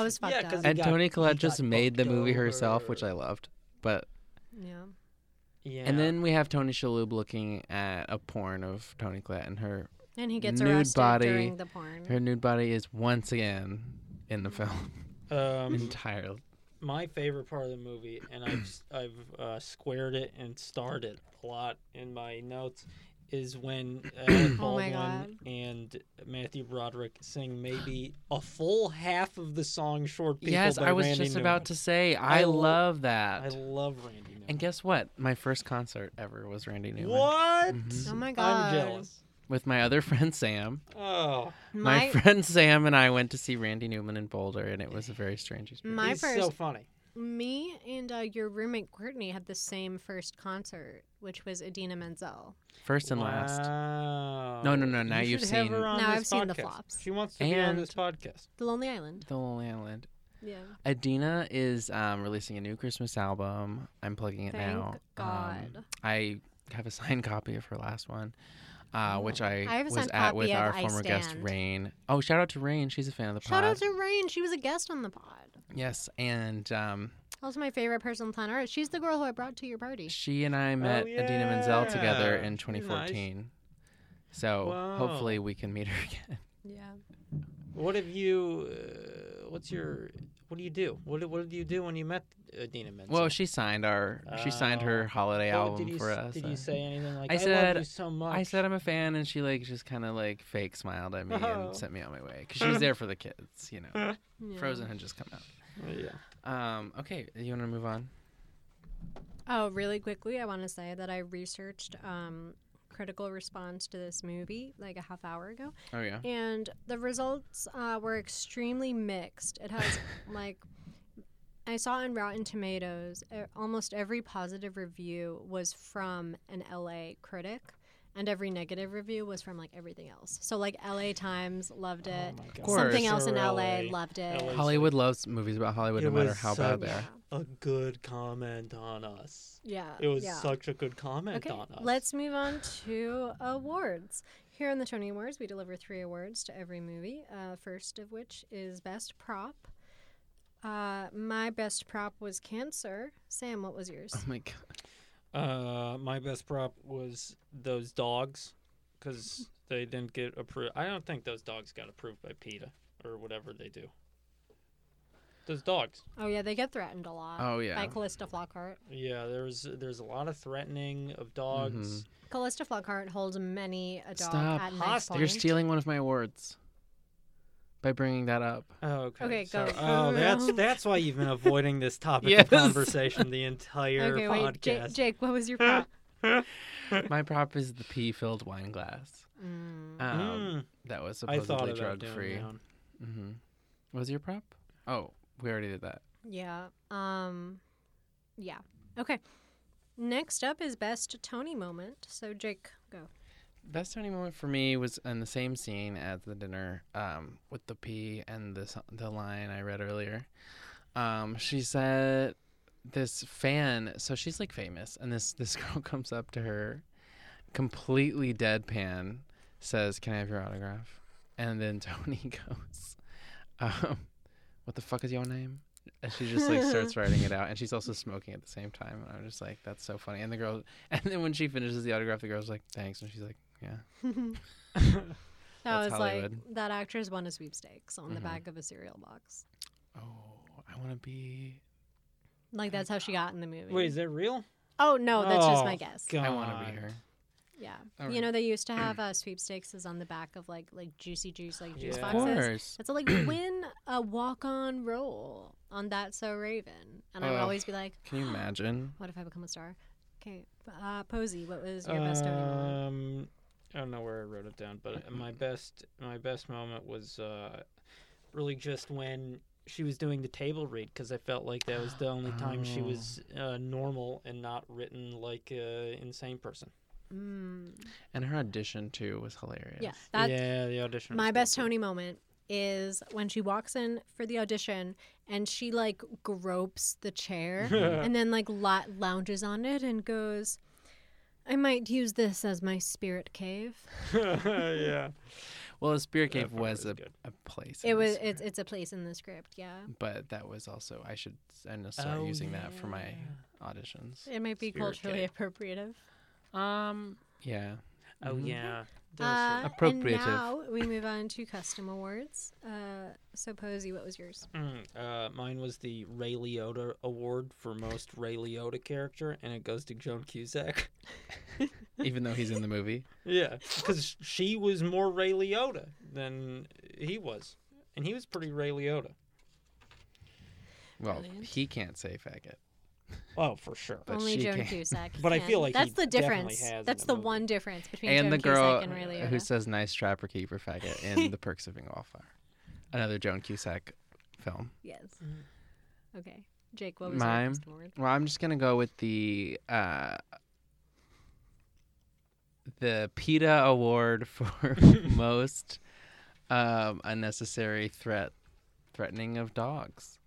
S1: was fucked
S3: Yeah, 'cause
S1: up.
S3: He
S2: and
S3: got-
S2: Tony Collette
S3: he
S2: just
S3: got
S2: made the
S3: fucked
S2: movie herself, which
S3: over.
S2: I loved. But
S1: yeah.
S3: yeah.
S2: and then we have Tony Shalhoub looking at a porn of Tony Collette, and her
S1: And he gets
S2: Nude
S1: arrested
S2: body.
S1: during the porn.
S2: her nude body is once again in the film
S3: um
S2: entirely.
S3: my favorite part of the movie, and I've s- I've uh, squared it and starred it a lot in my notes, is when Alec
S1: Oh my
S3: Baldwin
S1: God.
S3: and Matthew Broderick sing maybe a full half of the song "Short People."
S2: Yes,
S3: by
S2: I was
S3: Randy
S2: just about to
S3: Newman.
S2: say I,
S3: I lo-
S2: love that.
S3: I love Randy Newman.
S2: and guess what? My first concert ever was Randy Newman
S3: what?
S2: Mhm.
S1: Oh my god.
S3: I'm jealous.
S2: with my other friend Sam.
S3: Oh,
S2: My,
S1: My
S2: friend Sam and I went to see Randy Newman in Boulder, and it was a very strange experience.
S1: My
S3: he's so
S1: first-
S3: funny.
S1: me and uh, your roommate Courtney had the same first concert, which was Adina Menzel.
S2: First and last.
S3: Wow.
S2: No, no, no, now
S3: you
S2: you've
S3: should have
S2: seen-
S3: her on
S1: Now
S3: this
S1: I've seen the
S3: podcast.
S1: flops.
S3: She wants to be on
S2: And-
S3: this podcast.
S1: The Lonely Island.
S2: The Lonely Island.
S1: Yeah.
S2: Adina is um, releasing a new Christmas album. I'm plugging it
S1: Thank
S2: now. Um,
S1: God.
S2: I have a signed copy of her last one, uh, which I,
S1: Oh. I have a
S2: was
S1: signed
S2: at with
S1: copy of
S2: our
S1: I
S2: former guest
S1: Stand.
S2: Rain. Oh, shout out to Rain. She's a fan of the
S1: Shout
S2: pod.
S1: out to Rain. She was a guest on the pod.
S2: yes, and um,
S1: Also my favorite person on planet Earth. She's the girl who I brought to your party.
S2: she and I met Adina Menzel together
S3: Oh, yeah.
S2: in
S3: Nice.
S2: 2014. So hopefully we can meet her again.
S1: Yeah.
S3: What have you? Uh, what's your? What do you do? What did- What did you do when you met uh, Adina Menzel.
S2: Well, she signed our she signed her
S3: Oh.
S2: holiday
S3: Well,
S2: album
S3: did you,
S2: for
S3: s-
S2: us.
S3: Did you
S2: uh,
S3: say anything like
S2: I
S3: I,
S2: said-
S3: love you so much?
S2: I said I'm a fan, and she like just kind of like fake smiled at me
S3: Oh.
S2: and sent me on my way because she was there for the kids. You know,
S1: Yeah.
S2: Frozen had just come out.
S3: Oh, yeah.
S2: Um, okay, you want to move on?
S1: Oh, really quickly, I want to say that I researched um, critical response to this movie like a half hour ago,
S2: Oh yeah.
S1: and the results uh, were extremely mixed. It has like I saw on Rotten Tomatoes, e- almost every positive review was from an LA critic. And every negative review was from like everything else. So like LA Times loved it.
S3: Oh my
S2: Of
S3: God.
S2: course.
S1: Something else in
S3: Sure,
S1: LA loved it.
S3: LA.
S2: Hollywood loves movies about Hollywood,
S3: It
S2: no matter
S3: was
S2: how
S1: Yeah.
S2: bad
S3: such-
S2: they are.
S3: A good comment on us.
S1: Yeah.
S3: It was
S1: yeah.
S3: such a good comment
S1: Okay,
S3: on us.
S1: let's move on to awards. Here on the Tony Awards, we deliver three awards to every movie. Uh, first of which is Best Prop. Uh, my best prop was Cancer. Sam, what was yours?
S2: Oh my god.
S3: Uh, my best prop was those dogs, because they didn't get approved. I don't think those dogs got approved by PETA or whatever they do. Those dogs.
S1: Oh yeah, they get threatened a
S3: Uh,
S1: lot.
S2: Oh yeah.
S1: By Callista Flockhart.
S3: Yeah, there's there's a lot of threatening of
S2: Mm-hmm.
S3: dogs.
S1: Callista Flockhart holds many a dog
S2: Stop.
S1: at knife
S3: Hostage.
S1: point.
S2: You're stealing one of my awards by bringing that up.
S3: Oh, okay.
S1: Okay,
S3: so-
S1: go.
S3: Oh, that's that's why you've been avoiding this topic
S2: Yes.
S3: of conversation the entire
S1: Okay,
S3: podcast.
S1: wait, Jake, Jake, what was your prop?
S2: my prop is the pea-filled wine glass. Um,
S1: Mm.
S3: Mm,
S2: That was
S3: I thought
S2: supposedly
S3: about doing
S2: drug-free.
S3: that one.
S2: Mm-hmm. Was your prop? Oh, we already did that.
S1: Yeah. Um yeah. Okay. Next up is best Tony moment. So Jake, go.
S2: Best Tony moment for me was in the same scene at the dinner um, with the pea and the s- the line I read earlier. Um, she said this fan, so she's like famous, and this this girl comes up to her, completely deadpan, says, "Can I have your autograph?" And then Tony goes, um, "What the fuck is your name?" And she just like starts writing it out, and she's also smoking at the same time. And I'm just like, "That's so funny." And the girl, and then when she finishes the autograph, the girl's like, "Thanks," and she's like, "Yeah."
S1: That
S2: That's
S1: was
S2: Hollywood.
S1: like that actress won a sweepstakes on the
S2: Mhm.
S1: back of a cereal box.
S2: Oh, I want to be.
S1: Like that's how she got in the movie.
S3: Wait, is that real?
S1: oh no, that's just my
S3: Oh,
S1: guess.
S3: God.
S2: I want to be her.
S1: Yeah,
S2: All
S1: you know they used to have uh, sweepstakes is on the back of like like juicy juice like juice
S3: Yeah.
S2: Of
S1: boxes.
S2: course.
S1: It's like win a walk on role on that so Raven, and I would
S2: Ugh.
S1: always be like,
S2: Can you imagine?
S1: what if I become a star? Okay, uh, Posey, what was your best Tony moment?
S3: Um, I don't know where I wrote it down, but my best my best moment was uh, really just when she was doing the table read because I felt like that was the only time she
S2: Oh.
S3: was uh, normal and not written like an insane person.
S1: Mm.
S2: And her audition too was hilarious.
S1: Yeah, that
S3: yeah, the audition. was
S1: my
S3: good,
S1: best
S3: too.
S1: Tony moment is when she walks in for the audition and she like gropes the chair and then like lo- lounges on it and goes, "I might use this as my spirit cave."
S3: yeah.
S2: Well, the Spirit
S3: That
S2: Cave
S3: part
S2: was
S3: was
S2: a,
S3: good.
S2: a place.
S1: It
S2: in the
S1: was
S2: spirit,
S1: it's it's a place in the script, yeah.
S2: But that was also I should s- I'm gonna start
S3: Oh,
S2: using that for my
S3: yeah.
S2: auditions.
S1: It might be
S2: Spirit
S1: culturally
S2: cave.
S1: appropriative.
S2: Um. Yeah.
S3: Oh
S2: Mhm.
S3: yeah.
S1: Uh,
S2: Appropriative.
S1: And now we move on to custom awards. Uh, so Posey, what was yours?
S3: Mm, uh, mine was the Ray Liotta Award for most Ray Liotta character, and it goes to Joan Cusack.
S2: Even though he's in the movie.
S3: Yeah, because she was more Ray Liotta than he was, and he was pretty Ray Liotta.
S2: Well,
S1: Brilliant.
S2: he can't say faggot.
S3: Oh, for sure.
S2: But
S1: Only
S2: she
S1: Joan
S2: can-
S1: Cusack.
S3: But I
S1: can.
S3: feel like
S1: that's
S3: he
S1: the
S3: definitely
S1: difference.
S3: has in
S1: That's
S3: the
S1: the
S3: movie.
S1: one difference between
S2: And
S1: Joan
S2: the girl
S1: Cusack and Ray
S2: who
S1: Liotta.
S2: says "nice trapper keeper faggot" in the Perks of Being a Wallflower, another Joan Cusack film.
S1: Yes. Okay. Jake, what was your
S2: Mime.
S1: first word?
S2: Well, I'm just gonna go with the uh, the PETA award for most um, unnecessary threat threatening of dogs.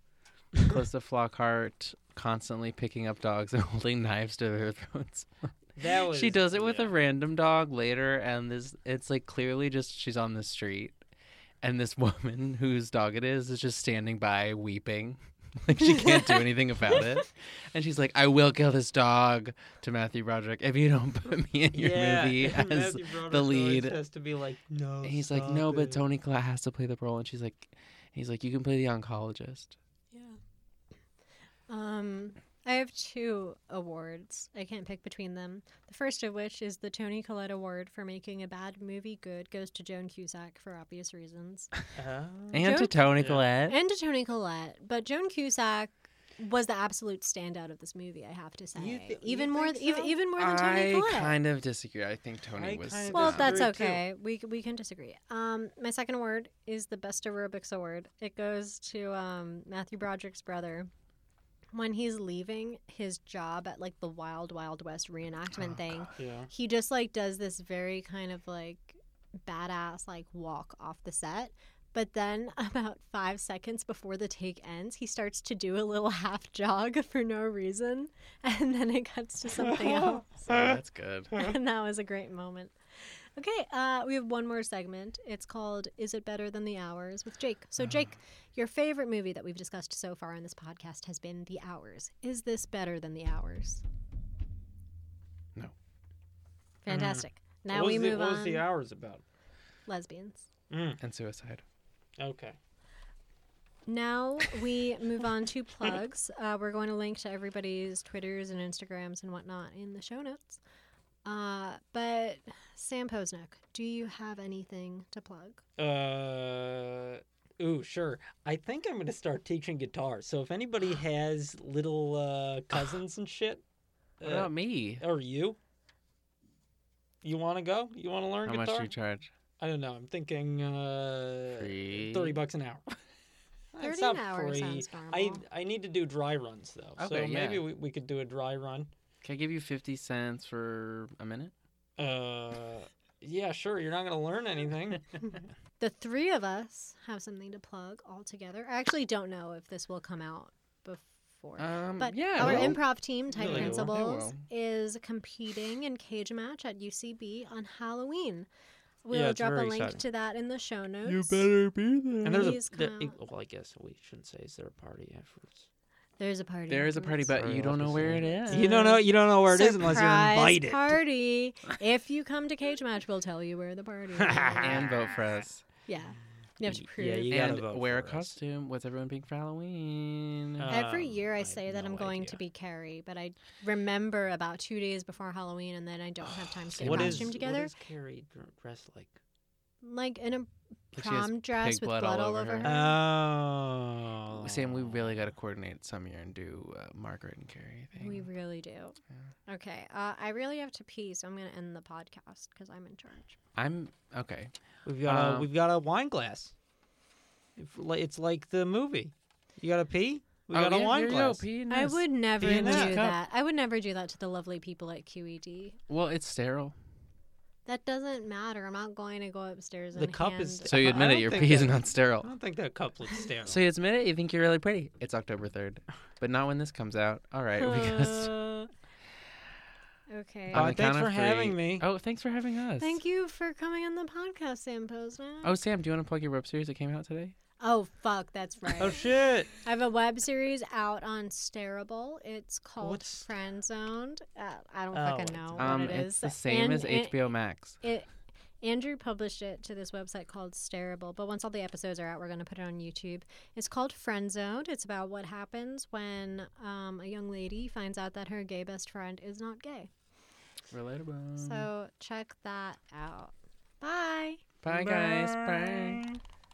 S2: Calista Flockhart constantly picking up dogs and holding knives to their throats.
S3: That was,
S2: She does it with
S3: yeah.
S2: a random dog later, and this it's like clearly just she's on the street, and this woman whose dog it is is just standing by weeping, like she can't do anything about it, and she's like, "I will kill this dog" to Matthew Broderick if you don't put me in your
S3: yeah,
S2: movie
S3: and
S2: as
S3: Matthew Broderick oh,
S2: the
S3: always
S2: lead.
S3: has to be like no.
S2: And he's like,
S3: stop
S2: "No, but
S3: it."
S2: Tony Collette has to play the role," and she's like, "He's like, you can play the oncologist."
S1: Yeah. Um, I have two awards. I can't pick between them. The first of which is the Tony Collette Award for making a bad movie good goes to Joan Cusack for obvious reasons,
S3: Oh.
S2: And to
S1: Joan-
S2: Tony
S3: Yeah.
S2: Collette.
S1: Mm, and to Tony Collette. But Joan Cusack was the absolute standout of this movie. I have to say,
S3: You thi-
S1: even
S3: you
S1: more,
S3: think
S1: even,
S3: so?
S1: even more than Tony
S2: I
S1: Collette.
S2: kind of disagree. I think Tony
S3: I
S2: was.
S3: kind of
S1: Well,
S2: um,
S1: that's
S3: disagree, too.
S1: okay. We c- we can disagree. Um, my second award is the best aerobics award. It goes to um, Matthew Broderick's brother when he's leaving his job at like the Wild Wild West reenactment
S2: Oh,
S1: thing.
S3: Yeah.
S1: He just like does this very kind of like badass like walk off the set. But then, about five seconds before the take ends, he starts to do a little half jog for no reason. And then it cuts to something else
S2: so that's good.
S1: and that was a great moment. Okay, uh, we have one more segment. It's called "Is It Better Than the Hours?" with Jake. So, Jake, your favorite movie that we've discussed so far on this podcast has been The Hours. Is this better than The Hours?
S2: No.
S1: Fantastic. Now
S3: what
S1: we
S3: was the,
S1: move
S3: what was
S1: on.
S3: the hours about?
S1: Lesbians.
S3: Mm,
S2: And suicide.
S3: okay.
S1: Now we move on to plugs. Uh, we're going to link to everybody's Twitters and Instagrams and whatnot in the show notes. Uh, but Sam Posnick, do you have anything to plug?
S3: Uh, ooh, sure. I think I'm gonna start teaching guitar. So if anybody has little uh, cousins and shit,
S2: What
S3: uh,
S2: about me?
S3: or you, you want to go? You want to learn
S2: How much
S3: guitar?
S2: do you charge?
S3: I don't know. I'm thinking uh,
S2: Free.
S3: thirty bucks an hour.
S1: Thirty
S3: It's
S1: an
S3: not
S1: hour
S3: free.
S1: sounds normal.
S3: I I need to do dry runs though. so
S2: Okay, yeah.
S3: maybe we, we could do a dry run.
S2: Can I give you fifty cents for a minute?
S3: Uh, yeah, sure. You're not gonna learn anything.
S1: the three of us have something to plug all together. I actually don't know if this will come out before.
S2: Um,
S1: but
S2: yeah.
S1: our
S2: well,
S1: improv team, Tight
S3: Really? They will.
S2: They
S1: Principles,
S2: will.
S1: is competing in cage match at UCB on Halloween. We'll
S3: Yeah, it's
S1: drop a
S3: very
S1: link
S3: exciting.
S1: to that in the show notes.
S2: you better be there.
S3: and there's
S1: Please
S3: a
S1: come
S3: there, it-
S1: out.
S3: well, I guess we shouldn't say is there a party afterwards.
S1: There's a party.
S2: There is a party,
S1: afterwards.
S2: but
S3: Sorry,
S2: you
S3: I'll
S2: don't know
S3: just
S2: where
S3: leave
S2: it
S3: it.
S2: is.
S3: You don't know you don't know where it is unless you're
S1: Surprise
S3: invited.
S1: Party. if you come to Cage Match, we'll tell you where the party is. yeah.
S2: And vote for us.
S1: You have to
S3: Y- yeah,
S1: prove.
S3: you- gotta
S2: and
S3: vote
S2: wear a
S3: for us.
S2: costume. What's everyone being for Halloween?
S3: Uh,
S1: Every
S3: Um,
S1: year I
S3: I
S1: say
S3: have
S1: that I'm
S3: no
S1: going to
S3: idea.
S1: be Carrie, but I remember about two days before Halloween, and then I don't have time to get
S2: Same
S1: a
S3: What
S2: thing.
S3: is
S1: costume together.
S3: What is Carrie dr- dressed like?
S1: Like in a
S2: Like she has
S1: prom dress
S2: pig
S1: with blood, all over her.
S3: Oh,
S2: Sam, we really got to coordinate some year and do uh, Margaret and Carrie
S3: Uh,
S2: thing.
S1: We really do. Okay, uh, I really have to pee, so I'm going to end the podcast because I'm in charge.
S2: I'm okay.
S3: We've got a,
S2: Um,
S3: uh, we've got a wine glass. If- li- It's like the movie. You got to pee. We
S2: Oh,
S3: got a
S2: yeah,
S3: wine
S2: here you go,
S3: glass.
S2: pee in
S1: I
S2: this.
S1: would never do
S2: in this cup.
S1: that. I would never do that to the lovely people at E QED.
S2: Well, it's sterile.
S1: That doesn't matter. I'm not going to go upstairs
S3: The
S1: and
S3: cup
S1: hand...
S3: is
S2: So you
S3: I
S2: admit it,
S3: don't
S2: your
S3: think
S2: pee is
S3: that-
S2: not sterile.
S3: I don't think that couple is sterile.
S2: So you admit it, you think you're really pretty. It's October 3rd, but not when this comes out. All right, we gotta st-
S1: Uh, okay.
S3: Uh,
S2: on the
S3: thanks
S2: count of
S3: for having
S2: three-
S3: me.
S2: Oh, thanks for having us.
S1: Thank you for coming on the podcast, Sam Posner.
S2: Oh, Sam, do you want to plug your web series that came out today?
S1: Oh fuck, that's right.
S3: oh shit.
S1: I have a web series out on Starable. It's called
S3: What's-
S1: Friend Zoned. Uh, I don't
S3: Oh,
S1: fucking
S3: it's-
S1: know
S2: um,
S1: what it
S2: it's
S1: is.
S2: the same
S1: And-
S2: as
S1: and-
S2: HBO Max.
S1: It, Andrew published it to this website called Starable, but once all the episodes are out, we're going to put it on YouTube. It's called Friend Zoned. It's about what happens when um, a young lady finds out that her gay best friend is not gay.
S2: Relatable.
S1: So check that out. Bye.
S2: bye, guys. Bye.
S3: Bye.